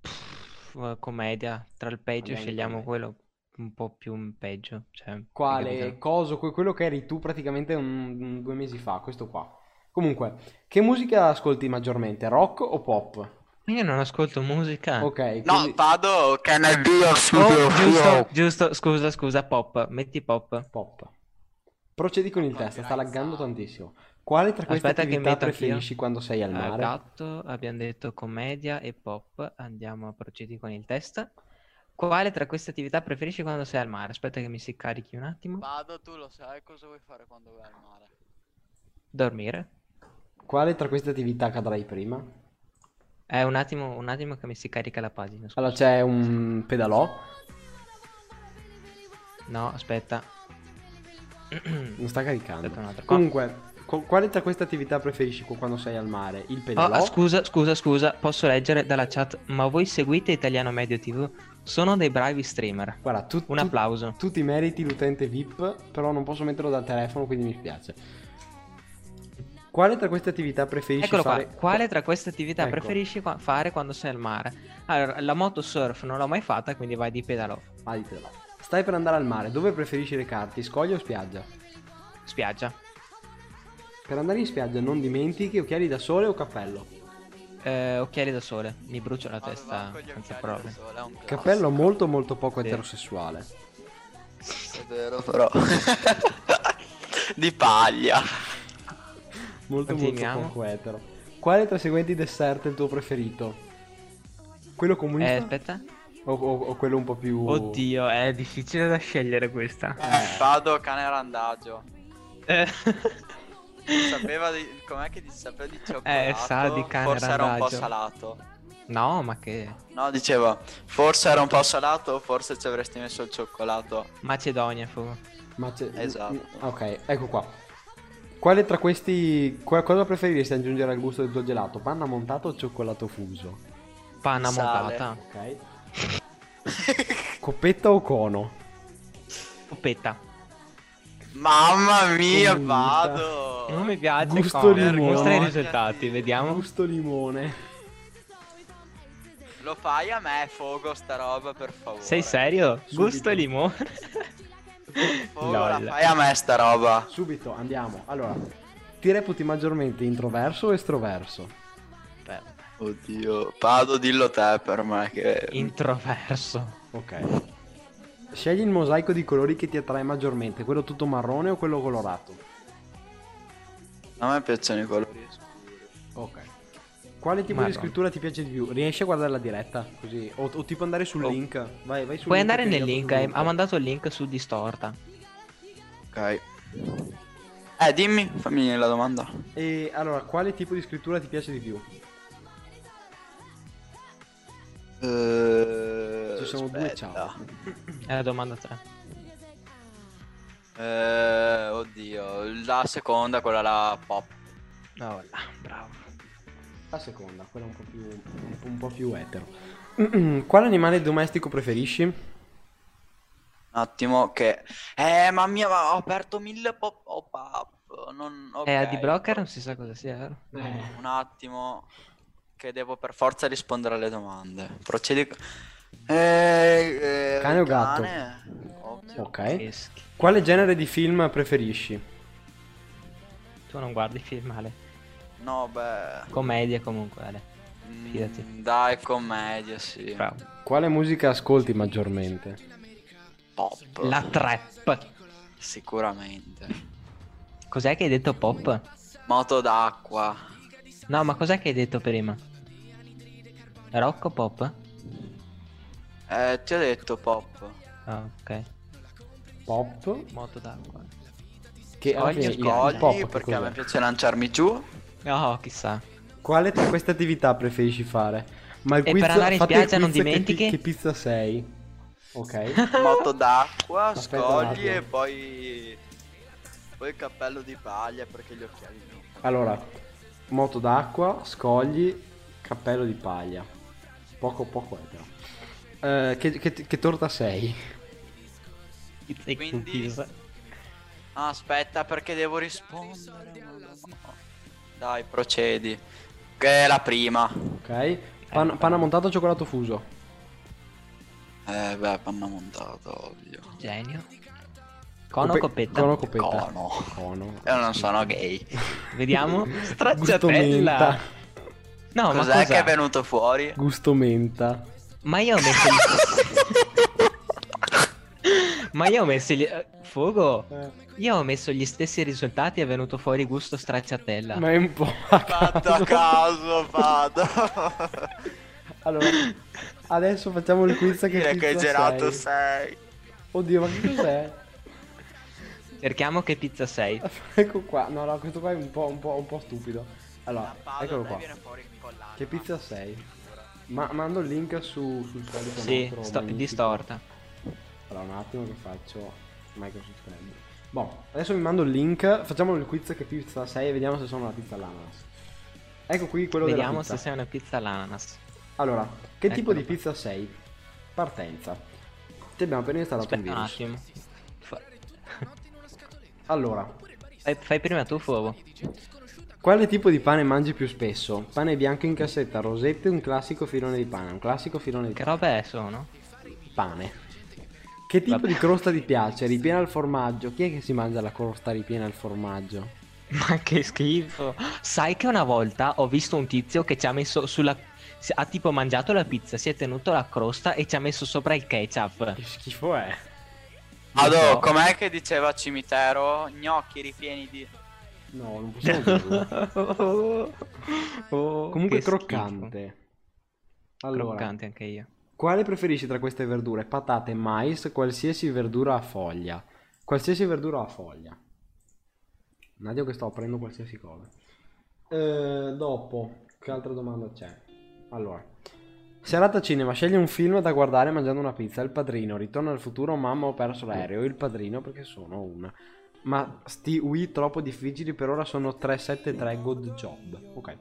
Pff, eh, commedia, tra il peggio
Andiamo di
scegliamo
commedia.
quello un po' più un peggio, cioè, hai
Quale
capito?
coso, que- quello che eri tu praticamente un- un- due mesi fa, questo qua. Comunque, che musica ascolti maggiormente, rock o pop?
Io non ascolto musica.
Ok,
No,
quindi-
vado, can I be your
Oh,
super hero?
giusto, giusto, scusa, scusa, pop, metti pop.
pop. Procedi con il test, sta laggando tantissimo. Quale tra queste
Aspetta che
attività
metto anch'io.
preferisci quando sei al
Eh,
mare?
gatto, abbiamo detto commedia e pop, andiamo a procedere con il test. Quale tra queste attività preferisci quando sei al mare? Aspetta che mi si carichi un attimo.
Vado, tu lo sai cosa vuoi fare quando vai al mare.
Dormire.
Quale tra queste attività cadrai prima?
Eh, un attimo, un attimo che mi si carica la pagina. scusa.
Allora c'è un pedalò,
No,
<clears throat>
aspetta. Oh,
non sta caricando.
Aspetta un attimo.
Comunque, co- quale tra queste attività preferisci cu- quando sei al mare? Il
Oh,
pedalò?
ah, scusa, scusa, scusa, posso leggere dalla chat, ma voi seguite Italiano Medio TV? Sono dei bravi streamer.
Guarda, tu,
Un
tu-
applauso.
tu ti meriti l'utente VIP, però non posso metterlo dal telefono, quindi mi spiace. Quale tra queste attività preferisci
Eccolo
fare?
qua. Quale tra queste attività
Ecco.
preferisci qua- fare quando sei al mare? Allora, la moto surf non l'ho mai fatta, quindi vai di pedalò.
Ah, ditelo. Stai per andare al mare, dove preferisci recarti, scoglia o spiaggia?
Spiaggia.
Per andare in spiaggia non dimentichi occhiali da sole o cappello.
Eh, occhiali da sole, mi brucio la
Vado,
testa
vado con gli
senza
occhiali da
parole.
sole, è un
Cappello molto molto poco
Sì.
eterosessuale.
classico, È vero, però. <laughs> Di paglia.
Molto
Continuiamo.
molto poco etero. Quale tra i seguenti dessert è il tuo preferito? Quello comunista
Eh, aspetta.
o, o- o quello un po' più...
Oddio, è difficile da scegliere questa.
Eh, Vado, cane randaggio.
Eh.
Sapeva di... com'è che dice? Sapeva di cioccolato.
sa di cane
Forse era un po'
randaggio.
salato.
<laughs> No, ma che
No, diceva, forse era un po' salato, forse ci avresti messo il cioccolato.
Macedonia fu.
Ma c'è...
Esatto.
Ah, Ok, ecco qua. Quale tra questi... qua- cosa preferiresti aggiungere al gusto del tuo gelato? Panna montata o cioccolato fuso?
Panna
Sale.
montata.
Ok. Coppetta o cono?
Puppetta.
Mamma mia,
Comunità.
vado!
Non mi piace.
Gusto
Connor.
limone.
Mostra i risultati, vediamo.
Gusto limone.
Lo fai a me, fogo, sta roba, per favore.
Sei serio?
Subito.
Gusto limone.
Fogo, Oh, la
Lol.
fai a me sta roba.
Subito, andiamo. Allora, ti reputi maggiormente introverso o estroverso?
Oddio, Pado, dillo te per me che...
Introverso.
Ok. Scegli il mosaico di colori che ti attrae maggiormente, quello tutto marrone o quello colorato?
A me piacciono i colori scuri.
Ok. Quale tipo
Marrone.
di scrittura ti piace di più? Riesci a guardare la diretta? Così. O, o tipo andare sul
Oh.
link. Vai, vai sul
Puoi
link
andare
che
nel
ti
link,
dato
eh,
sul
ha mandato il link su Distorta.
Ok. Eh, dimmi, fammi la domanda.
E allora, quale tipo di scrittura ti piace di più?
Eh,
Ci sono due ciao.
È la domanda 3.
Eh, oddio, la seconda, quella la pop.
No, là, bravo.
La seconda, quella un po' più, un po' più etero. <clears throat> Quale animale domestico preferisci?
Un attimo che... Eh, mamma mia, ma ho aperto mille pop-up. Boh, non... ok.
Eh, ad Broker non si sa cosa sia, vero?
Un attimo, che devo per forza rispondere alle domande. Procedi. Eh, eh,
Cane o gatto?
Ok.
Ok.
Che schifo.
Quale genere di film preferisci?
Tu non guardi film, Ale.
No, beh.
Commedie comunque, Ale.
mm,
fidati.
Dai, commedia, sì.
Bravo.
Quale musica ascolti maggiormente?
Pop.
La trap.
Sicuramente.
Cos'è che hai detto pop?
Moto d'acqua.
No, ma cos'è che hai detto prima? Rock o pop?
Eh, ti ho detto pop.
Ah, ok.
Pop?
Moto d'acqua.
Che
Scogli,
ok,
Sì,
il- il
Scogli,
pop che
perché a me
cos'è?
piace lanciarmi giù.
No, chissà.
Quale tra queste attività preferisci fare? Ma il
E
quiz,
per andare in
fate il
spiaggia non
quiz che pi-
dimentichi?
Che, pizza sei?
<laughs>
Ok.
Moto d'acqua,
Aspetta un
scogli
attimo.
e poi. Poi il cappello di paglia perché gli occhiali no.
Allora, moto d'acqua, scogli, cappello di paglia. Poco poco è però. Eh, che, che- che torta sei?
Quindi- Ah, Aspetta, perché devo rispondere. madonna. Dai, procedi. Che è la prima.
Ok.
Ecco.
Pan- panna montata o cioccolato fuso?
Eh, beh, panna montata, ovvio.
Genio. Cono o
Cope-
coppetta?
Cono o coppetta?
Cono.
Cono.
Io non sono
<laughs>
gay.
Vediamo.
Gusto menta.
Stracciatella. No, ma
Cos'è che
cos'è?
è venuto
<laughs>
fuori?
Gusto menta.
Ma io ho messo
<laughs>
gli... Ma io ho messo gli... eh, Fogo. Io ho messo gli stessi risultati e è venuto fuori gusto stracciatella.
Ma è un po' a
Fatto
caso.
a caso, vado.
<laughs> Allora, adesso facciamo il quiz <laughs> che
Dire che
pizza
gelato
sei.
sei.
Oddio, ma che cos'è? <laughs>
Cerchiamo che pizza sei.
ecco qua. No, no, questo qua è un po', un po', un po' stupido. Allora, eccolo qua. Che pizza sei? Ma mando il link su, sul solito
Sì,
nostro
sto-
magnifico-
distorta.
Allora, un attimo che faccio Microsoft Calendar. Boh, adesso vi mando il link. Facciamo il quiz che pizza sei e vediamo se sono una pizza all'ananas. Ecco qui quello della
Vediamo
pizza.
se sei una pizza all'ananas.
Allora, che tipo
Eccolo
di
qua.
pizza sei? Partenza. Ti abbiamo appena installato un
Aspetta un
virus.
attimo. Fa-
Allora,
Fai, fai prima tu, Fogo.
quale tipo di pane mangi più spesso? Pane bianco in cassetta, rosette, un classico filone di pane, un classico filone di
Che robe sono? <laughs>
pane. Che tipo
Vabbè.
di crosta ti piace? Ripiena al formaggio. Chi è che si mangia la crosta ripiena al formaggio?
Ma che schifo. Sai che una volta ho visto un tizio che ci ha messo sulla... si- Ha tipo mangiato la pizza, si è tenuto la crosta e ci ha messo sopra il ketchup.
<laughs> Che schifo è.
Non
Ado,
so.
com'è che diceva cimitero? Gnocchi ripieni di...
No, non possiamo
<laughs>
dirlo.
Oh,
Comunque
che
croccante.
schifo.
Allora,
Croccante anche io.
Quale preferisci tra queste verdure? Patate, mais, qualsiasi verdura a foglia. Qualsiasi verdura a foglia. Nadia che sto aprendo qualsiasi cosa. Eh, dopo, che altra domanda c'è? Allora, serata cinema, scegli un film da guardare mangiando una pizza. Il padrino, ritorno al futuro, mamma ho perso l'aereo. Il padrino perché sono una. Ma sti Wii troppo difficili per ora sono 373 good job. Ok.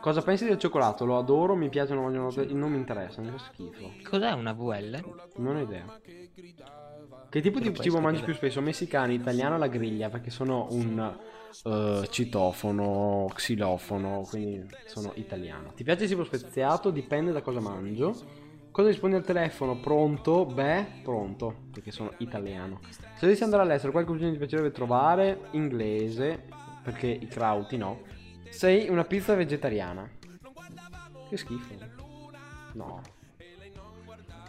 Cosa pensi del cioccolato? Lo adoro, mi piace, non, voglio- non mi interessa, mi fa schifo.
Cos'è una VL?
Non ho idea. Che tipo
Però
di
puoi
cibo mangi
scoprire.
più spesso? Messicani, italiano alla griglia? Perché sono un eh, citofono, xilofono, quindi sono italiano. Ti piace il cibo speziato? Dipende da cosa mangio. Cosa rispondi al telefono? Pronto? Beh, pronto, perché sono italiano. Se dovessi andare all'estero, quale cucina ti piacerebbe trovare? Inglese, perché i crauti no. Sei una pizza vegetariana. Che schifo. No.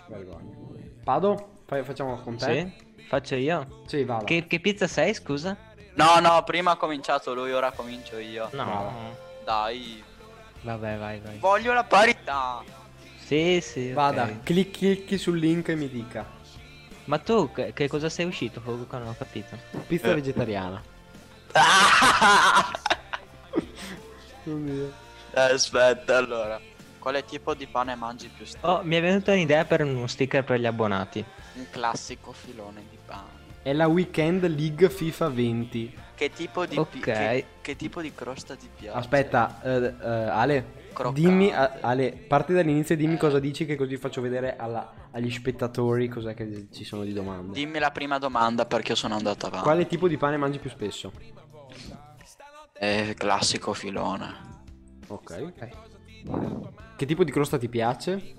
Vergogna. Vado? Fai- facciamo con te?
Sì? Faccio io?
Sì, vado.
Che, che pizza sei, scusa?
No, no, prima ha cominciato lui, ora comincio io.
Brava.
Dai.
Vabbè, vai, vai.
Voglio la parità.
Sì, sì. ok.
Vada, clicchi, clicchi sul link e mi dica.
Ma tu che, che cosa sei uscito? Fogo? Che Non ho capito.
Pizza vegetariana.
Ah, Eh, Aspetta, allora. Quale tipo di pane mangi più spesso?
Oh, mi è venuta un'idea per uno sticker per gli abbonati.
Un classico filone di pane.
È la Weekend League FIFA 20.
Che tipo di... pi-
Ok.
che, che tipo di crosta ti piace?
Aspetta, eh, eh, Ale.
Croccante.
Dimmi, a- Ale, parti dall'inizio e dimmi cosa dici che così faccio vedere alla- agli spettatori cos'è che ci sono di domande.
Dimmi la prima domanda perché io sono andato avanti.
Quale tipo di pane mangi più spesso?
Eh, classico filone.
Ok. Che tipo di crosta ti piace?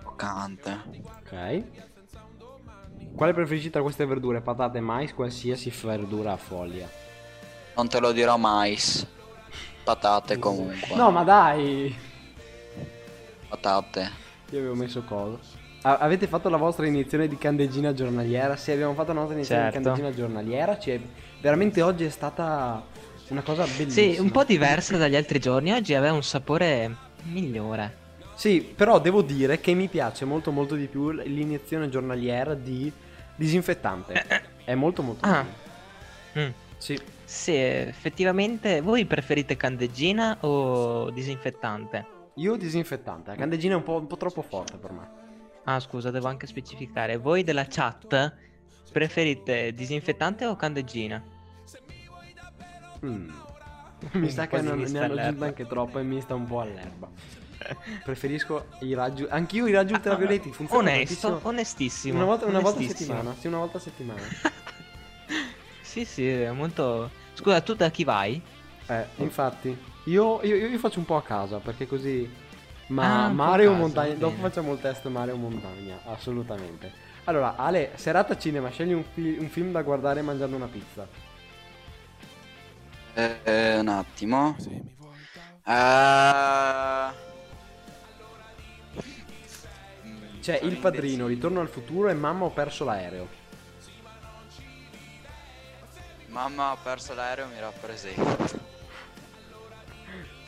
Croccante.
Ok. Quale preferisci tra queste verdure? Patate, mais, qualsiasi verdura a foglia.
Non te lo dirò mai. s. Patate comunque.
No, ma dai!
Patate.
Io avevo messo cosa. A- avete fatto la vostra iniezione di candeggina giornaliera? Sì, abbiamo fatto la nostra iniezione di
Certo.
candeggina giornaliera. Ci è- Veramente oggi è stata una cosa bellissima.
Sì, un po' diversa dagli altri giorni. Oggi aveva un sapore migliore.
Sì, però devo dire che mi piace molto molto di più l- l'iniezione giornaliera di
<coughs>
disinfettante. È molto molto
Ah.
meglio.
Mm.
Sì.
Sì, effettivamente. Voi preferite candeggina o disinfettante?
Io disinfettante, la candeggina è un po', un po' troppo forte per me.
Ah, scusa, devo anche specificare. Voi della chat preferite disinfettante o candeggina?
Mm. Mi sa
Un
che
po' di
non- ne
mista
hanno aggiunto
all'erba.
anche troppo e mi sta un po' all'erba. <laughs> Preferisco i raggi. Anch'io i raggi ultravioletti funzionano
Ah, Onesto,
tantissimo.
onestissimo.
Una volta, una volta a
onestissimo.
settimana, sì, una volta a settimana.
<laughs> Sì, sì, è molto. Scusa, tu da chi vai?
Eh, infatti, io, io, io- io faccio un po' a casa perché così. Ma
Ah, un po' a
mare o
casa,
montagna?
va
Dopo
bene.
facciamo il test mare o montagna, assolutamente. Allora, Ale, serata cinema, scegli un, fi- un film da guardare mangiando una pizza.
Eh, eh, un attimo. Eh, mm,
C'è
sono
Cioè, Il Padrino, Ritorno al futuro e Mamma ho perso l'aereo.
indeciso. Mamma ho perso l'aereo mi rappresenta.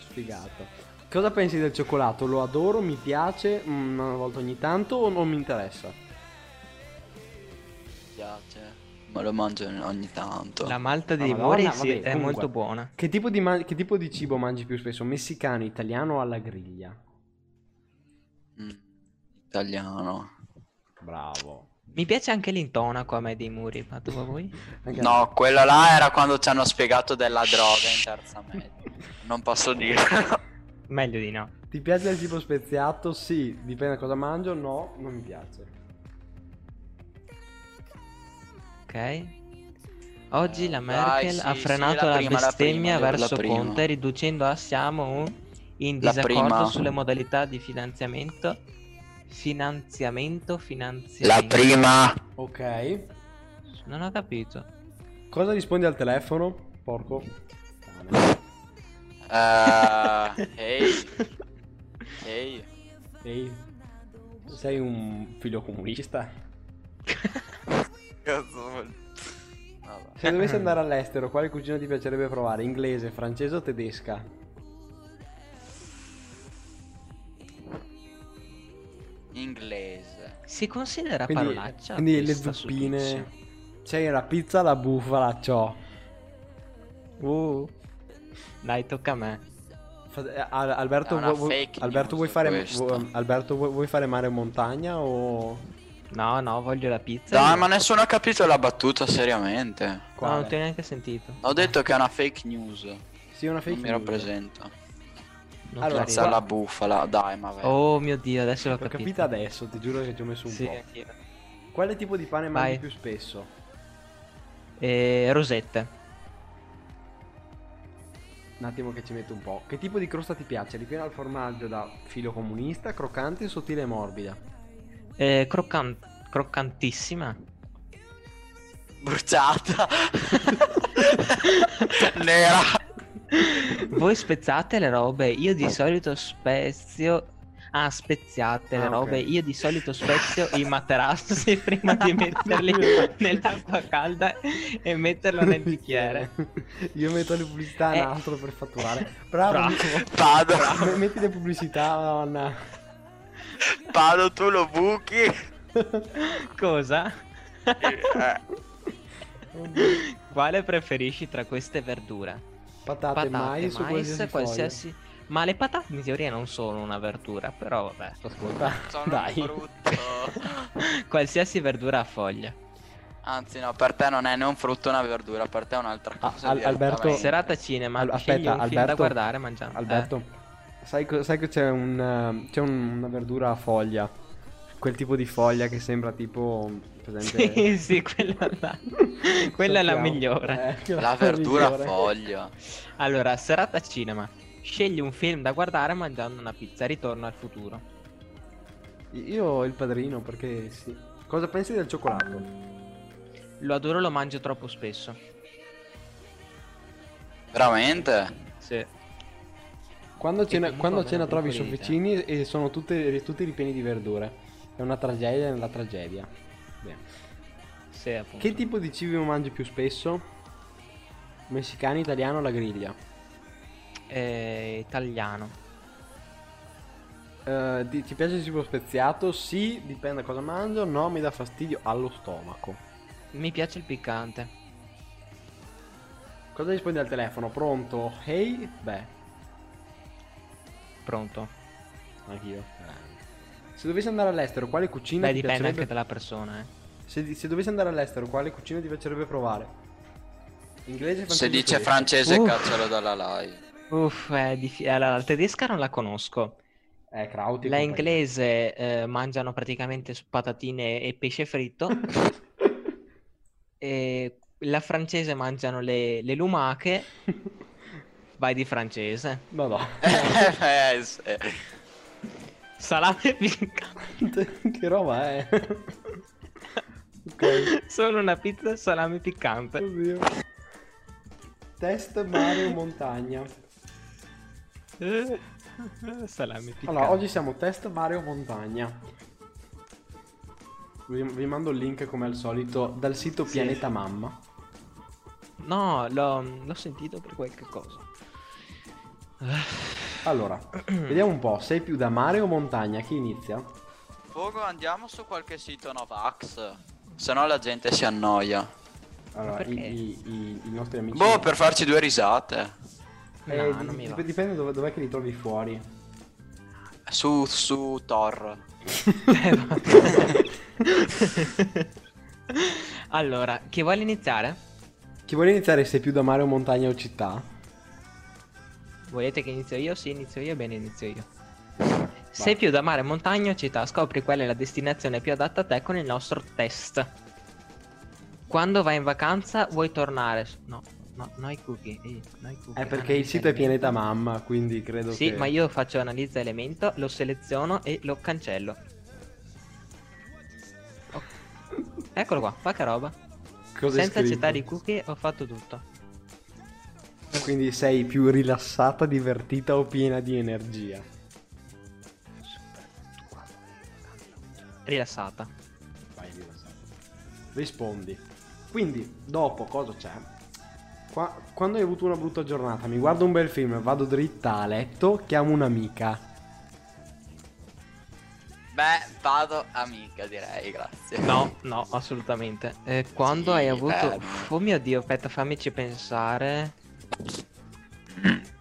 Sfigato. Cosa pensi del cioccolato? Lo adoro, mi piace, mm, una volta ogni tanto o non mi interessa?
Mi piace. Ma lo mangio ogni tanto.
La malta
Ah,
di
Madonna,
Mori
vabbè,
sì, è
comunque.
molto buona.
Che tipo di, ma- che tipo di cibo mangi più spesso? Messicano, italiano o alla griglia?
Mm, italiano.
Bravo.
Mi piace anche l'intonaco a me dei muri, ma tu a voi?
Anche a
No, quello là era quando ci hanno spiegato della droga in terza media. Non
<laughs>
posso dirlo.
Meglio di no.
Ti piace il cibo speziato? Sì, dipende da cosa mangio, no, non mi piace.
Ok. Oggi
Eh,
la
dai,
Merkel
sì,
ha
sì,
frenato
la
la,
prima, la
bestemmia
prima, la
verso
prima.
Conte, riducendo a Siamo un- in
La prima.
disaccordo sulle modalità di finanziamento. Finanziamento,
La
finanziamento.
prima.
Ok.
Non ho capito.
Cosa rispondi al telefono? Porco.
Eh, ehi, ehi.
Ehi. Sei un figlio comunista?
Cazzo vuol- Vabbè.
Se dovessi andare all'estero, quale cucina ti piacerebbe provare? Inglese, francese o tedesca?
Inglese.
Si considera
Quindi,
parolaccia?
quindi le
questa
zuppine.
sull'izio?
C'è la pizza alla bufala, ciò.
Uh. Dai, tocca a me.
Fa- eh, Al- Alberto,
È una
vuoi- vuoi,
fake
Alberto, vuoi
news
fare,
questo.
vuoi- Alberto vuoi- vuoi fare mare o montagna o...
No, no, voglio la pizza.
Dai, ma nessuno ha capito la battuta, seriamente.
No, non
quale?
ti ho neanche sentito.
Ho detto che è una fake news. Non
Sì, una fake
mi
news.
rappresenta.
Non
Allora,
ti
Pizza
arriva.
alla bufala, dai, ma vabbè.
Oh mio dio, adesso l'ho
L'ho
capito.
capita adesso, ti giuro che ci ho messo un
Sì,
po'.
anch'io.
Quale tipo di pane mangi
Vai.
più spesso?
Eh, rosette.
Un attimo che ci metto un po'. Che tipo di crosta ti piace? Ripiena al formaggio da filo comunista, croccante, sottile e morbida.
Eh, croccan-
<laughs>
croccantissima.
Bruciata. Nera.
Voi spezzate le robe, io di solito spezio... Ah, speziate le
Ah, ok.
robe. Io di solito spezio i materassi <laughs> prima di
<laughs>
metterli nell'acqua calda e metterlo nel bicchiere.
<laughs> Io metto le pubblicità
Eh.
in altro per fatturare. Bravo,
Bravo.
amico.
Pado.
M- Metti le pubblicità, Madonna.
Pado, tu lo buchi.
<laughs> Cosa?
Eh,
Quale preferisci tra queste verdure?
Patate, mais, o qualsiasi,
qualsiasi- Ma le patate in teoria non sono una verdura, però vabbè.
foglia. <laughs>
sono
Dai.
brutto.
<laughs> Qualsiasi verdura a foglia.
Anzi, no, per te non è né un frutto né una verdura, per te è un'altra
Ah,
cosa.
Al- Alberto-
direttamente.
Serata cinema,
Al-
scegli
aspetta,
un film da
Alberto-
guardare mangiando.
Alberto, sai, co- sai che c'è, un, eh, c'è un- una verdura a foglia? quel tipo di foglia che sembra tipo... eh, presente-
Sì, Eh. sì, quella
<laughs>
là. <laughs> Quella è la
Sappiamo.
migliore.
Eh, quella è
La
la
verdura
migliore.
foglia.
Allora, serata cinema. Scegli un film da guardare mangiando una pizza. Ritorno al futuro.
Io il padrino perché sì. Cosa pensi del cioccolato?
Lo adoro, lo mangio troppo spesso.
Veramente?
Sì.
Quando ce ne,
comunque
quando
una
ce ne trovi
piccolina.
sofficini e sono tutte- tutti ripieni di verdure. È una tragedia nella tragedia. Bene.
Sì, appunto.
Che tipo di cibo mangi più spesso? Messicano, italiano, la griglia.
Eh, italiano.
Eh, ti, ti piace il cibo speziato? Sì, dipende da cosa mangio. No, mi dà fastidio allo stomaco.
Mi piace il piccante.
Cosa rispondi al telefono? Pronto? Hey? Beh,
Pronto.
anch'io. Eh. Se dovessi andare all'estero, quale cucina
Beh,
ti
dipende
piacerebbe
anche dalla persona, eh.
Se, se dovessi andare all'estero, quale cucina ti piacerebbe provare? Inglese, francese.
Se dice
tedesco.
francese,
Uff.
caccialo dalla live.
Uff, è diffi- allora, la tedesca non la conosco.
Eh, Krauti. e
La
compagnia.
inglese eh, mangiano praticamente s- patatine e
<laughs>
pesce fritto. e la francese mangiano le, le lumache. Vai di francese.
<laughs> No, <laughs> no.
Eh, sì.
Salame <laughs> e piccante.
che roba è? <laughs> ok.
Sono una pizza e
<laughs>
salame piccante.
Oddio. Test mare o montagna.
Eh, salame piccante.
Allora, oggi siamo test mare o montagna. Vi, vi mando il link come al solito dal sito
Sì.
Pianeta Mamma.
No, l'ho, l'ho sentito per qualche cosa. Eh,
<clears throat>
Allora, vediamo un po', sei più da mare o montagna? Chi inizia?
Pogo, andiamo su qualche sito Novax. Se no la gente si annoia.
Allora, i,
Perché?
i- i- i nostri amici...
Boh, per farci due risate.
Eh,
No,
di-
non mi
dip-
va.
dipende dove, dov'è che li trovi fuori.
Su, su Thor.
Eh, va. <laughs> Eh,
<laughs>
allora, chi vuole iniziare?
Chi vuole iniziare se più da mare o montagna o città?
Volete che inizio io? Sì, inizio io, bene, inizio io. Sei più da mare, montagna o città, scopri qual è la destinazione più adatta a te con il nostro test. Quando vai in vacanza vuoi tornare... su- No, no, no i cookie. eh, no ai cookie.
Eh, perché
Ah,
il sito è
elemento.
pianeta mamma, quindi credo
Sì,
che...
ma io faccio analizza elemento, lo seleziono e lo cancello. Oh. Eccolo qua, fa che roba.
Cosa hai
Senza
scritto?
accettare i cookie ho fatto tutto.
Quindi sei più rilassata, divertita o piena di energia?
Rilassata.
Vai, rilassata. Rispondi. Quindi, dopo, cosa c'è? Qua- quando hai avuto una brutta giornata, mi guardo un bel film, vado dritta a letto, chiamo un'amica.
Beh, vado amica, direi, grazie.
No, no, assolutamente. Eh, quando
Sì,
hai avuto...
bello.
Oh mio dio, aspetta, fammici pensare.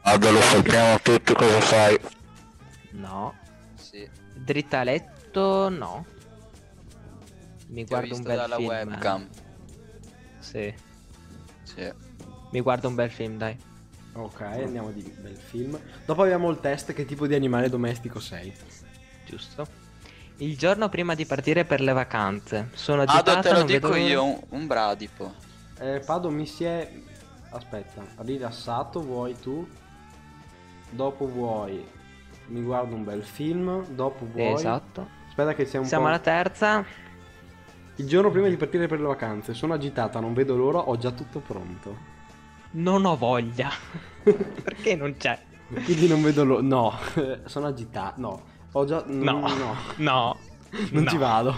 Vabbè, lo sappiamo tutti cosa fai.
No.
Sì, ti
Dritta a letto, no. Mi
ho
guardo
visto
un bel
dalla
film. eh.
webcam.
Sì.
Sì.
Mi guardo un bel film, dai.
Ok,
Ah.
andiamo di bel film. Dopo abbiamo il test, che tipo di animale domestico sei?
Giusto. Il giorno prima di partire per le vacanze. Sono
Ado,
agitata,
te lo
non vedo
dico
l'ora.
io, un, un bradipo.
Eh, Pado mi si è... Aspetta, rilassato vuoi tu? Dopo vuoi... Mi guardo un bel film, dopo
Eh,
vuoi...
Esatto.
Aspetta che sei un
Siamo
po'...
alla terza.
Il giorno prima di partire per le vacanze, sono agitata, non vedo l'ora, ho già tutto pronto.
Non
<laughs>
ho voglia. Perché non c'è?
Quindi non vedo l'ora... No, <laughs> sono agitata, no. Ho già... mm,
No. <laughs>
no.
No.
Non
No.
ci vado.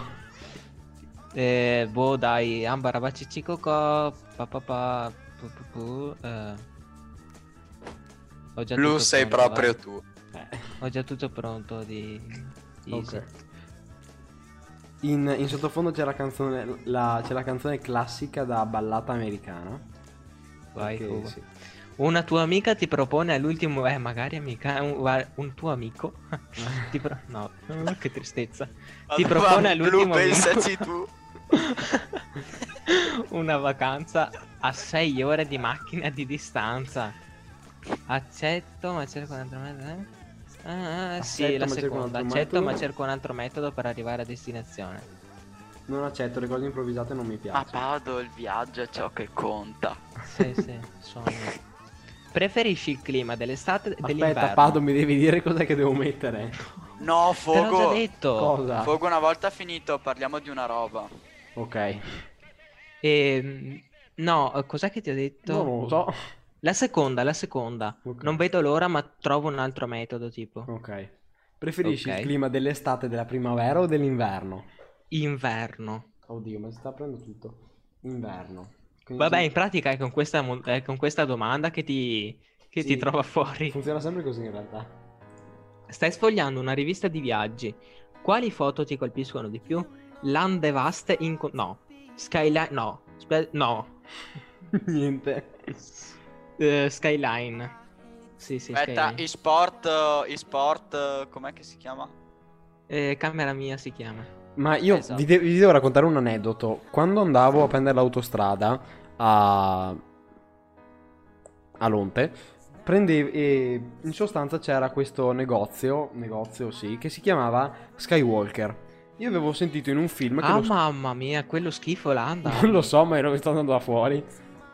Eh, boh, dai, Ambarabaci Cicoco. Pa, pa, pa, pu, pu, pu, eh. Ho già
Blu
tutto
sei
pronto,
proprio
va.
tu.
Eh,
Ho già tutto pronto di... di-
ok. In, in sottofondo c'è la canzone, la- c'è la canzone classica da ballata americana.
Vai,
Perché,
Cuba.
sì.
Una tua amica ti propone all'ultimo... Eh, magari amica, un, guar- un tuo amico. <laughs> ti pro- No, <laughs> che tristezza. Ti
Madonna,
propone
Blu,
all'ultimo
pensaci <laughs> tu.
<laughs> Una vacanza a 6 ore di macchina di distanza. Accetto, ma c'è il 40 metri, eh? Ah, ah, sì,
Accetto,
la
ma cerco un
seconda.
altro
Accetto,
metodo.
ma cerco un altro metodo per arrivare
<laughs>
a destinazione.
Non accetto, le cose improvvisate non mi
Ah,
Ma
piacciono.
Pado, il viaggio è ciò che conta.
Sì, sì, sogno. Preferisci il clima dell'estate e
Aspetta,
dell'inverno?
Pado, mi devi dire cos'è che devo mettere.
No,
Te l'ho già
Fogo.
detto.
Cosa?
Fogo una volta finito, parliamo di una roba.
Ok.
Ehm, no, eh, cos'è che ti ho detto?
Non lo so.
La seconda, la seconda.
Ok.
Non vedo l'ora, ma trovo un altro metodo, tipo.
Ok. Preferisci
Ok.
il clima dell'estate, della primavera o dell'inverno?
Inverno.
Oddio, ma si sta aprendo tutto. Inverno. Quindi-
Vabbè, in pratica è con questa, mon- è con questa domanda che ti, che
Sì.
ti trova fuori.
Funziona sempre così in realtà.
Stai sfogliando una rivista di viaggi. Quali foto ti colpiscono di più? Lande vaste in... co- No. Skyline... No. Spe-
<laughs>
no.
Niente.
Eh, skyline. Sì, sì,
Aspetta,
Skyline.
e-sport, eh, e-sport, eh, com'è che si chiama?
Eh, camera mia si chiama.
Ma io
Esatto.
vi, de- vi devo raccontare un aneddoto. Quando andavo a prendere l'autostrada a, a Lonte, prendevo, e in sostanza c'era questo negozio, negozio sì, che si chiamava Skywalker. Io avevo sentito in un film che
Ah,
lo sk-
mamma mia, quello schifo
<laughs>
l'anda.
non lo so, ma ero mi sto andando da fuori.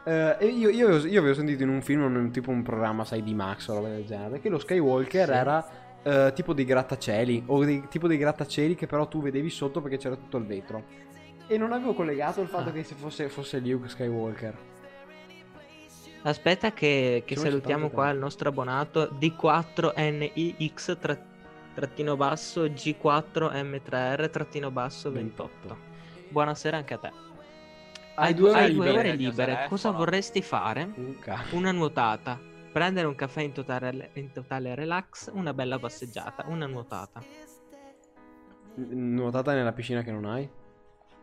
Eh, e io, io avevo- io avevo sentito in un film, un- tipo un programma, sai, di Max o roba del genere, che lo Skywalker
Sì.
era eh, tipo dei grattacieli, o dei- tipo dei grattacieli che però tu vedevi sotto perché c'era tutto il vetro. E non avevo collegato il fatto
Ah.
che se fosse, fosse Luke Skywalker.
Aspetta che, che
Ci vuole
salutiamo
soltanto
qua
tempo.
il nostro abbonato D4NIX tra- trattino basso G4M3R trattino basso 28. Buonasera anche a te.
Hai due ore
hai due
libere.
ore libere.
Telefono.
Cosa vorresti fare?
Un cazzo.
Una nuotata. Prendere un caffè in totale, in totale relax, una bella passeggiata, una nuotata.
Nuotata nella piscina che non hai?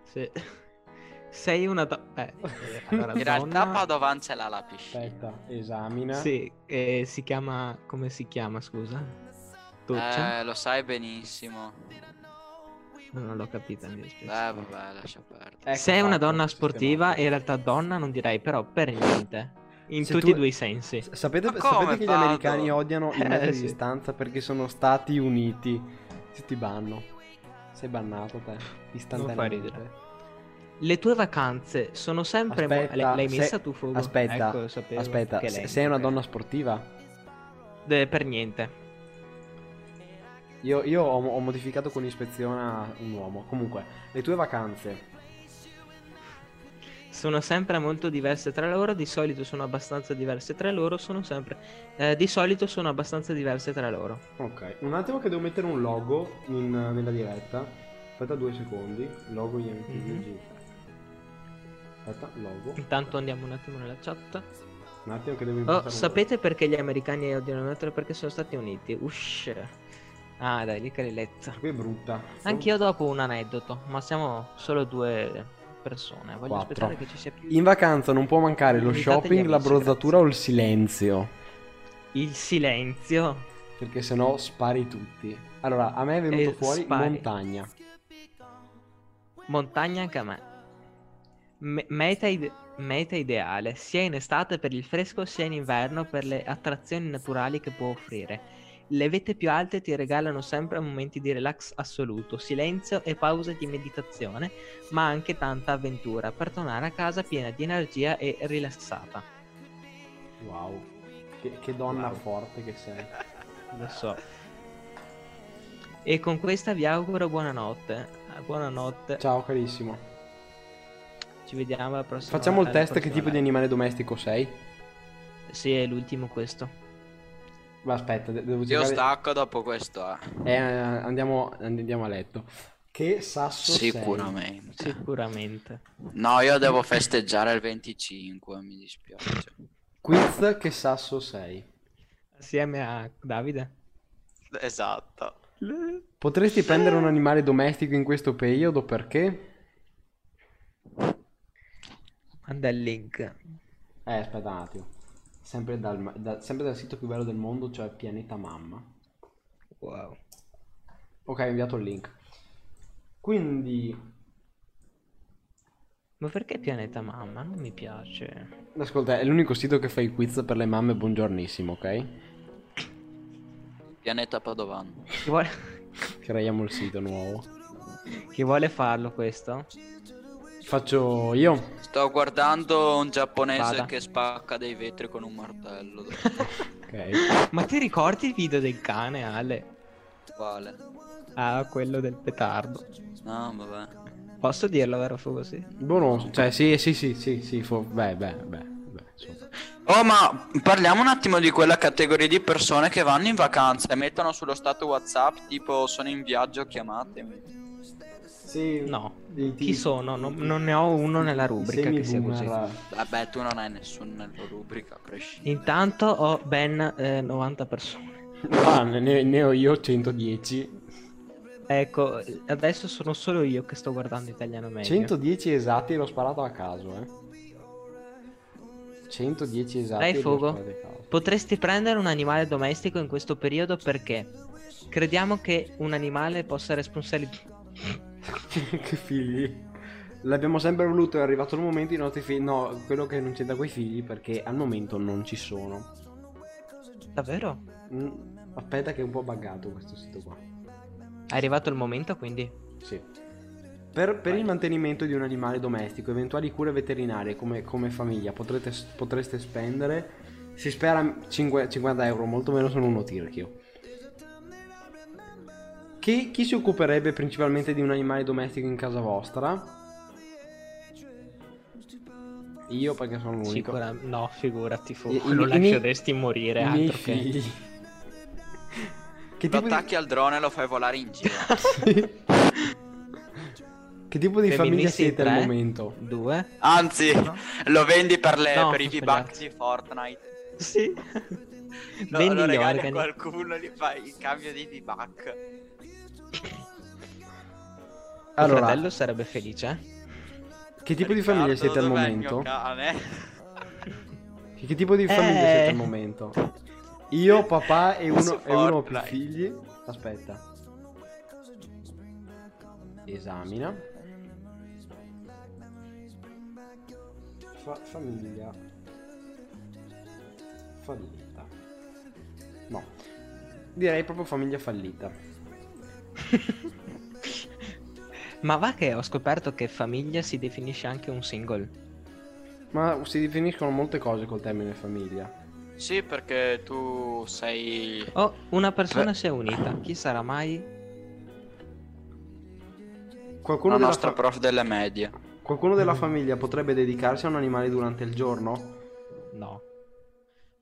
Sì. <laughs> Sei una... do- eh, allora,
In realtà
donna-
Padovan ce l'ha la piscina.
Aspetta, esamina.
Sì, eh, si chiama... come si chiama, scusa? Doccia?
Eh, lo sai benissimo.
No, non l'ho capita, mi dispiace.
Eh, vabbè, lascia perdere.
Ecco
Se è una
fatto,
donna sportiva,
sistemato.
in realtà donna non direi, però per niente. In
Se
tutti
tu-
e due i sensi.
S- Sapete,
Ma come,
sapete che gli
Paolo?
americani
<laughs>
odiano i
Eh,
metri
sì.
di distanza perché sono stati uniti. Se ti banno. Sei bannato te. Istantaneamente.
ridere. Le tue vacanze sono sempre... mo-
Aspetta,
L'hai- l'hai
se-
messa tu, Fogo?
aspetta,
Ecco, lo sapevo
Aspetta,
che
se-
lei-
sei una donna sportiva?
Eh, per niente.
Io, io ho, ho modificato con ispezione a un uomo. Comunque, le tue vacanze.
Sono sempre molto diverse tra loro, di solito sono abbastanza diverse tra loro, sono sempre... eh, di solito sono abbastanza diverse tra loro.
Ok, un attimo che devo mettere un logo in- nella diretta. Aspetta due secondi. Logo IMTVG.
Mhm.
Aspetta, logo.
Intanto andiamo un attimo nella chat.
Un attimo che devo impostare
Oh,
un
sapete perché gli americani odiano il metro? Perché sono stati uniti. Ush. Ah, dai, lì che l'hai letta.
logo. Qui è brutta.
Anch'io dopo un aneddoto, ma siamo solo due persone. Voglio
Quattro.
aspettare che ci sia più
In vacanza non può mancare lo
Invitate gli
shopping,
amici,
la brozzatura o il silenzio.
il silenzio.
Perché sennò spari tutti. Allora, a me è venuto
E
fuori
Eh, spari.
montagna.
Montagna anche a me. Me- meta, ide- meta ideale, sia in estate per il fresco sia in inverno per le attrazioni naturali che può offrire. Le vette più alte ti regalano sempre momenti di relax assoluto, silenzio e pause di meditazione, ma anche tanta avventura per tornare a casa piena di energia e rilassata.
Wow. Che, che donna forte che sei.
Lo so. E con questa vi auguro buonanotte. Ah, Buonanotte.
Ciao carissimo.
Ci vediamo alla prossima.
Facciamo il
alla
test che
prossima
tipo di
live.
animale domestico sei?
Sì, è l'ultimo questo.
Ma aspetta, de- devo
Io
cercare-
stacco dopo questo, eh.
Eh, andiamo, andiamo a letto. Che sasso sei?
Sicuramente.
Sicuramente.
No, io devo festeggiare il 25, mi dispiace.
Quiz che sasso sei?
Assieme a Davide.
<laughs> Esatto.
Potresti prendere un animale domestico in questo periodo perché?
Manda il link.
Eh, aspetta un attimo. Sempre dal, ma- da- sempre dal sito più bello del mondo, cioè Pianeta Mamma.
Wow.
Ok, ho inviato il link. Quindi,
Ma perché pianeta mamma? Non mi piace.
ascolta, è l'unico sito che fa i quiz per le mamme buongiornissimo, ok?
Io Pianeta Padovano.
Chi vuole, <laughs>
Creiamo il sito nuovo.
chi vuole farlo questo?
Faccio io.
Sto guardando un giapponese
Vada.
che spacca dei vetri con un
<laughs>
martello.
Ok.
Ma ti ricordi il video del cane, Ale?
Quale?
Ah, quello del petardo.
No, vabbè.
Posso dirlo, vero Fugosi?
Buono. Cioè, sì, sì, sì, sì, sì. fo- Beh, beh, beh. beh, insomma.
Oh, ma parliamo un attimo di quella categoria di persone che vanno in vacanza e mettono sullo stato WhatsApp tipo sono in viaggio, chiamatemi.
No. Chi sono? Non, non ne ho uno nella rubrica che sia così.
Vabbè, tu non hai nessuno nella rubrica, a prescindere.
Intanto ho ben eh, 90 persone.
Ah, ne, ne ho io 110.
Ecco, adesso sono solo io che sto guardando italiano medio.
110 esatti l'ho sparato a caso, eh. 110 esatti.
Dai,
li ho
Fogo.
sparati a caso. <laughs>
Potresti prendere un animale domestico in questo periodo perché crediamo che un animale possa responsabilizzare.
che figli. L'abbiamo sempre voluto, è arrivato il momento i nostri figli. No, quello che non c'entra coi figli perché al momento non ci sono.
Davvero?
Mm, Aspetta che è un po' buggato questo sito qua.
È arrivato il momento quindi?
Sì. Per, per il mantenimento di un animale domestico, eventuali cure veterinarie come, come famiglia potrete- potreste spendere, si spera cinque- 50 euro, molto meno sono uno tirchio. Chi, chi si occuperebbe principalmente di un animale domestico in casa vostra? Io perché sono l'unico.
Sicura- No, figurati, fu.
I- i-
lo
i miei-
lasceresti morire
I miei
altro che.
figli. che
Lo
tipo di...
attacchi al drone e lo fai volare in
<laughs>
giro.
che tipo di famiglia
Femministi
siete al
tre,
momento?
Due?
Anzi,
No.
lo vendi per, le-
No,
per i
ho
V-Bucks
sbagliato.
di Fortnite.
Sì.
Lo,
Vendi
lo
gli
regali a
organi.
qualcuno, gli fai il cambio di V-Buck.
Allora,
Allora,
fratello sarebbe felice. eh?
che tipo di famiglia siete al momento? Che, che tipo di famiglia
Eh.
siete al momento? Io, papà e uno,
Su
e uno o più
Fortnite.
figli. Aspetta. Esamina. Fa- famiglia. Fallita. No. Direi proprio famiglia fallita.
Ma va che ho scoperto che famiglia si definisce anche un single.
Ma si definiscono molte cose col termine famiglia.
<laughs> Sì, perché tu sei...
Oh, una persona si è unita. Chi sarà mai?
Qualcuno
la
della
nostra
fa-
prof delle medie.
Qualcuno della famiglia potrebbe dedicarsi a un animale durante il giorno?
No.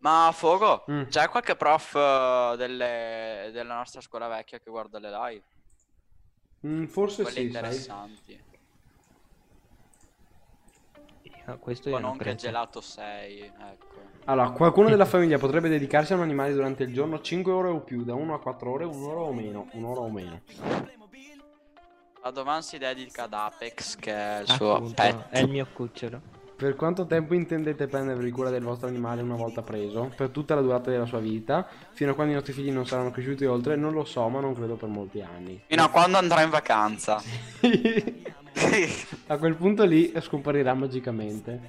Ma Fogo,
Mm.
c'è qualche prof eh, delle- della nostra scuola vecchia che guarda le live?
Mm, forse
Quelle
sì, sai.
interessanti.
No, Questo io
Con
non
non che
credo.
gelato 6, ecco.
Allora, qualcuno della famiglia potrebbe dedicarsi a un animale durante il giorno 5 ore o più, da 1 a 4 ore, un'ora o meno, un'ora o meno.
Padovan si dedica ad Apex, che è il suo
Appunto,
pet.
è il mio cucciolo.
Per quanto tempo intendete prendervi cura del vostro animale una volta preso? Per tutta la durata della sua vita? Fino a quando i nostri figli non saranno cresciuti oltre? Non lo so, ma non credo per molti anni.
Fino a quando andrà in vacanza.
<laughs>
<laughs>
a quel punto lì scomparirà magicamente.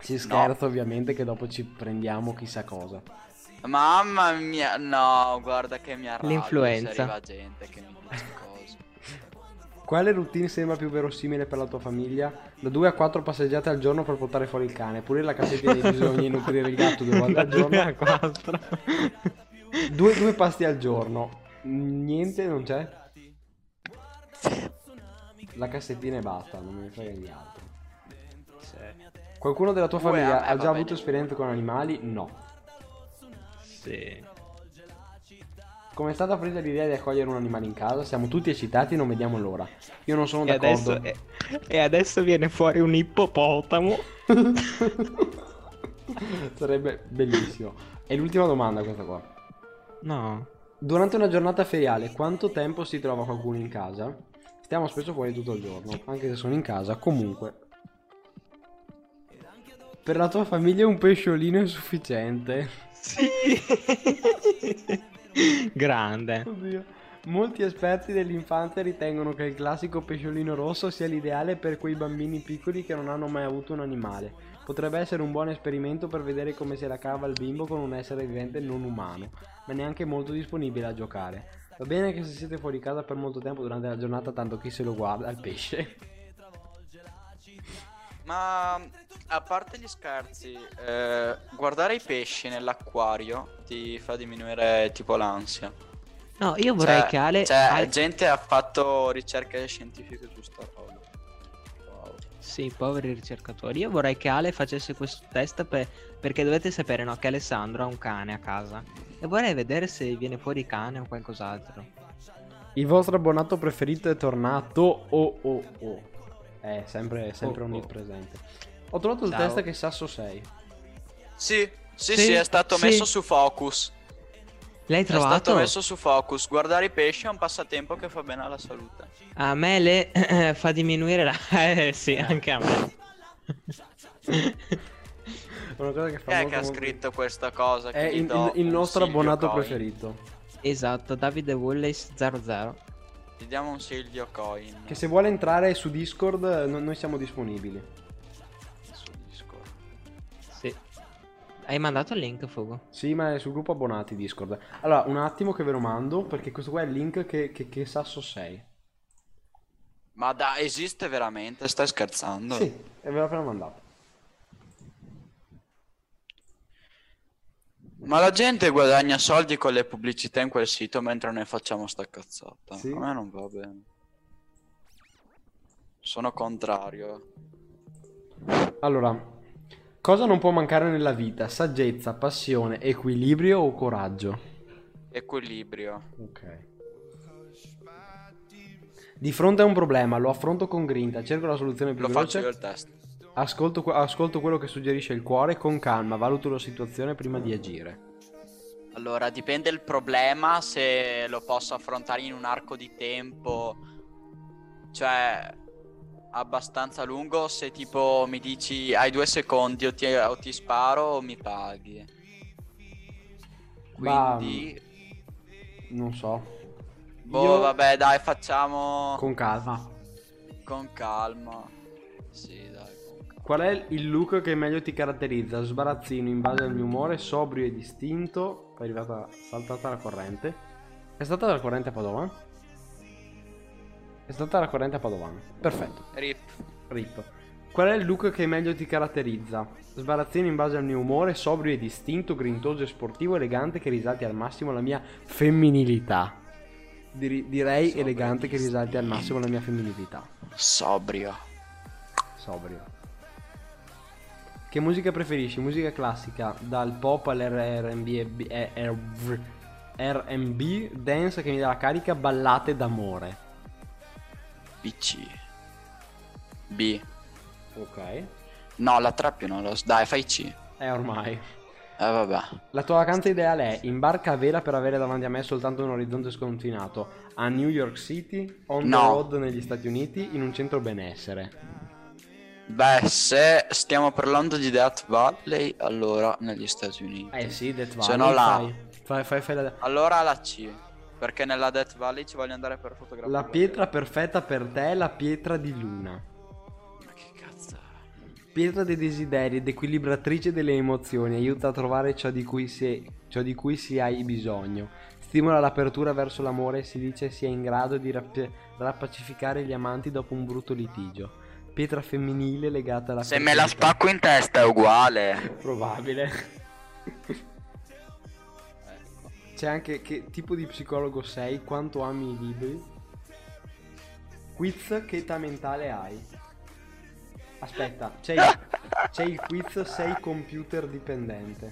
Ci scherzo ovviamente che dopo ci prendiamo chissà cosa.
Mamma mia, no, guarda che mi arrabbio se
L'influenza.
arriva gente che mi dice cose.
Quale routine sembra più verosimile per la tua famiglia? Da 2 a 4 passeggiate al giorno per portare fuori il cane, pulire la cassettina dei bisogni e nutrire il gatto due
<laughs>
volte al giorno. <laughs>
4.
Due, due pasti al giorno. Mm, Niente, non c'è? La cassettina e basta, non me ne frega di altro. Qualcuno della tua
Uè, a
famiglia
me
ha
va
già
bene.
avuto esperienze con animali? No.
sì.
Come è stata presa l'idea di accogliere un animale in casa? Siamo tutti eccitati e non vediamo l'ora. Io non sono
E
d'accordo.
adesso, e, e adesso viene fuori un ippopotamo.
<laughs> Sarebbe bellissimo. E l'ultima domanda questa qua.
No.
Durante una giornata feriale, quanto tempo si trova qualcuno in casa? Stiamo spesso fuori tutto il giorno, anche se sono in casa, comunque. Per la tua famiglia un pesciolino è sufficiente.
Sì. <laughs> Grande.
Oddio. Molti esperti dell'infanzia ritengono che il classico pesciolino rosso sia l'ideale per quei bambini piccoli che non hanno mai avuto un animale. Potrebbe essere un buon esperimento per vedere come se la cava il bimbo con un essere vivente non umano, ma neanche molto disponibile a giocare. Va bene che se siete fuori casa per molto tempo durante la giornata, tanto chi se lo guarda al pesce. <laughs>
Ma a parte gli scherzi, eh, guardare i pesci nell'acquario ti fa diminuire tipo l'ansia.
No, io vorrei
Cioè-
che Ale...
Cioè,
Ale-
gente ha fatto ricerche scientifiche su sta roba. Wow.
Sì, poveri ricercatori. Io vorrei che Ale facesse questo test per- perché dovete sapere no, che Alessandro ha un cane a casa. E vorrei vedere se viene fuori cane o qualcos'altro.
Il vostro abbonato preferito è tornato. Oh oh oh. È sempre, sempre
Oh, oh.
onnipresente. Ho trovato il
Ciao.
test che sasso 6.
Sì, sì,
Sì,
sì, è stato
sì.
messo su focus.
L'hai
È stato
trovato?
messo su focus. Guardare i pesci è un passatempo che fa bene alla salute.
A me le <clears throat> fa diminuire la... <laughs> Eh sì, anche a me. <laughs>
Una cosa che
Chi
fa molto,
è Eh, che ha
molto-
scritto questa cosa? Chi
È
gli
il,
do
il- il
un
nostro
Silvio
abbonato
Coin?
preferito.
esatto, Davide Wallace 00.
Gli diamo un Silvio Coin
Che se vuole entrare su Discord, no- noi siamo disponibili.
su Discord.
Sì. Hai mandato il link, Fugo?
Sì, ma è sul gruppo abbonati Discord. Allora, un attimo che ve lo mando, perché questo qua è il link che, che- che sasso 6.
Ma da, esiste veramente? Stai scherzando?
Sì, e ve l'ho appena mandato.
Ma la gente guadagna soldi con le pubblicità in quel sito mentre noi facciamo sta cazzata.
Sì.
A me non va bene. Sono contrario.
Allora, cosa non può mancare nella vita? Saggezza, passione, equilibrio o coraggio?
Equilibrio.
Ok. Di fronte a un problema, lo affronto con grinta, cerco la soluzione più
Lo
veloce,
faccio io il test.
ascolto, que- ascolto quello che suggerisce il cuore con calma, valuto la situazione prima di agire.
Allora, dipende il problema se lo posso affrontare in un arco di tempo, cioè abbastanza lungo, se tipo mi dici hai due secondi o ti, o ti sparo o mi paghi.
Ma-
Quindi,
Non so.
boh,
Io-
vabbè, dai, facciamo
Con
con...
calma.
calma. Sì, dai, con calma.
Qual è il look che meglio ti caratterizza? Sbarazzino in base al mio umore, sobrio e distinto. Poi è arrivata saltata la corrente. È stata la corrente a Padova? È stata la corrente a Padova. Perfetto.
Rip.
Rip. Qual è il look che meglio ti caratterizza? Sbarazzino in base al mio umore, sobrio e distinto, grintoso e sportivo, elegante che risalti al massimo la mia femminilità. Diri- direi
Sobrio e
elegante che risalti al massimo la mia femminilità.
Sobrio.
Sobrio. Che musica preferisci? Musica classica, dal pop all'R&B, e B- eh, e- e- v- R&B, dance che mi dà la carica, ballate d'amore.
BC. B.
Ok.
No, la trappi non lo... s- Dai, fai C. Eh,
È ormai.
vabbè.
La tua vacanza ideale è in barca a vela per avere davanti a me soltanto un orizzonte sconfinato, a New York City, on the
No.
road negli Stati Uniti, in un centro benessere.
Beh, se stiamo parlando di Death Valley, allora negli Stati Uniti.
Eh sì, Death
Se
Valley.
no la-
Fai, fai, fai, fai la...
Allora la C, perché nella Death Valley ci voglio andare per fotografare.
la pietra perfetta per te è la pietra di luna.
Ma che cazzo? è?
Pietra dei desideri ed equilibratrice delle emozioni, aiuta a trovare ciò di cui si, ciò di cui si hai bisogno. Stimola l'apertura verso l'amore e si dice sia in grado di rap- rappacificare gli amanti dopo un brutto litigio. Pietra femminile legata alla
Se me la
fertilità.
spacco in testa è uguale.
Probabile.
<laughs>
C'è anche che tipo di psicologo sei, quanto ami i libri. Quiz che età mentale hai. Aspetta, c'è
<laughs>
il, c'è il quiz sei computer dipendente.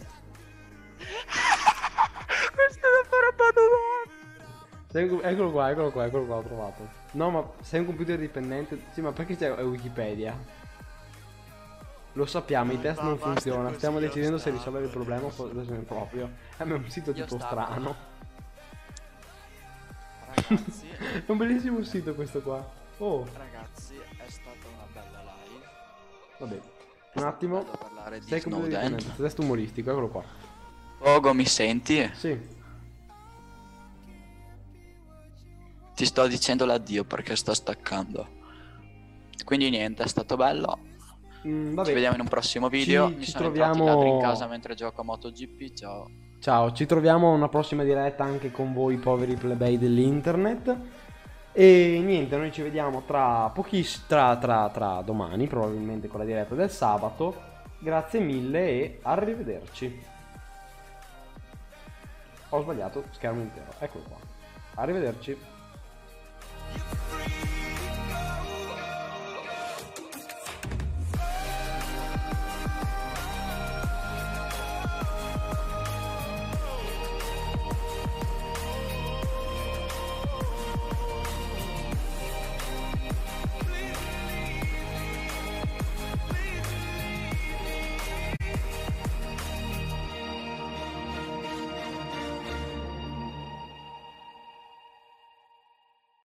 Questo è da fare a Padova.
Sei un co- eccolo qua, eccolo qua, eccolo qua, ho trovato. No, ma sei un computer dipendente? Sì, ma perché c'è eh, Wikipedia? Lo sappiamo, i test non funzionano. Stiamo decidendo se risolvere il problema o se proprio. Eh, ma è un sito
Io
tipo
stacco.
strano. <laughs>
Ragazzi,
È un bellissimo sito questo qua. Oh,
ragazzi, è stata una bella live.
vabbè. Un attimo.
Vado a parlare di
Sei computer
Snowden.
dipendente. Test umoristico, eccolo qua.
Pogo, mi senti?
Sì.
Ti sto dicendo l'addio perché sto staccando. Quindi niente, è stato bello.
Mm, vabbè.
Ci vediamo in un prossimo video.
Ci-
Mi
ci
sono entrati i
troviamo-
ladri in casa mentre gioco a MotoGP. Ciao.
Ciao, ci troviamo a una prossima diretta anche con voi poveri plebei dell'internet. E niente, noi ci vediamo tra pochissimo, tra, tra, tra domani, probabilmente con la diretta del sabato. Grazie mille e arrivederci. Ho sbagliato, schermo intero. Eccolo qua. Arrivederci.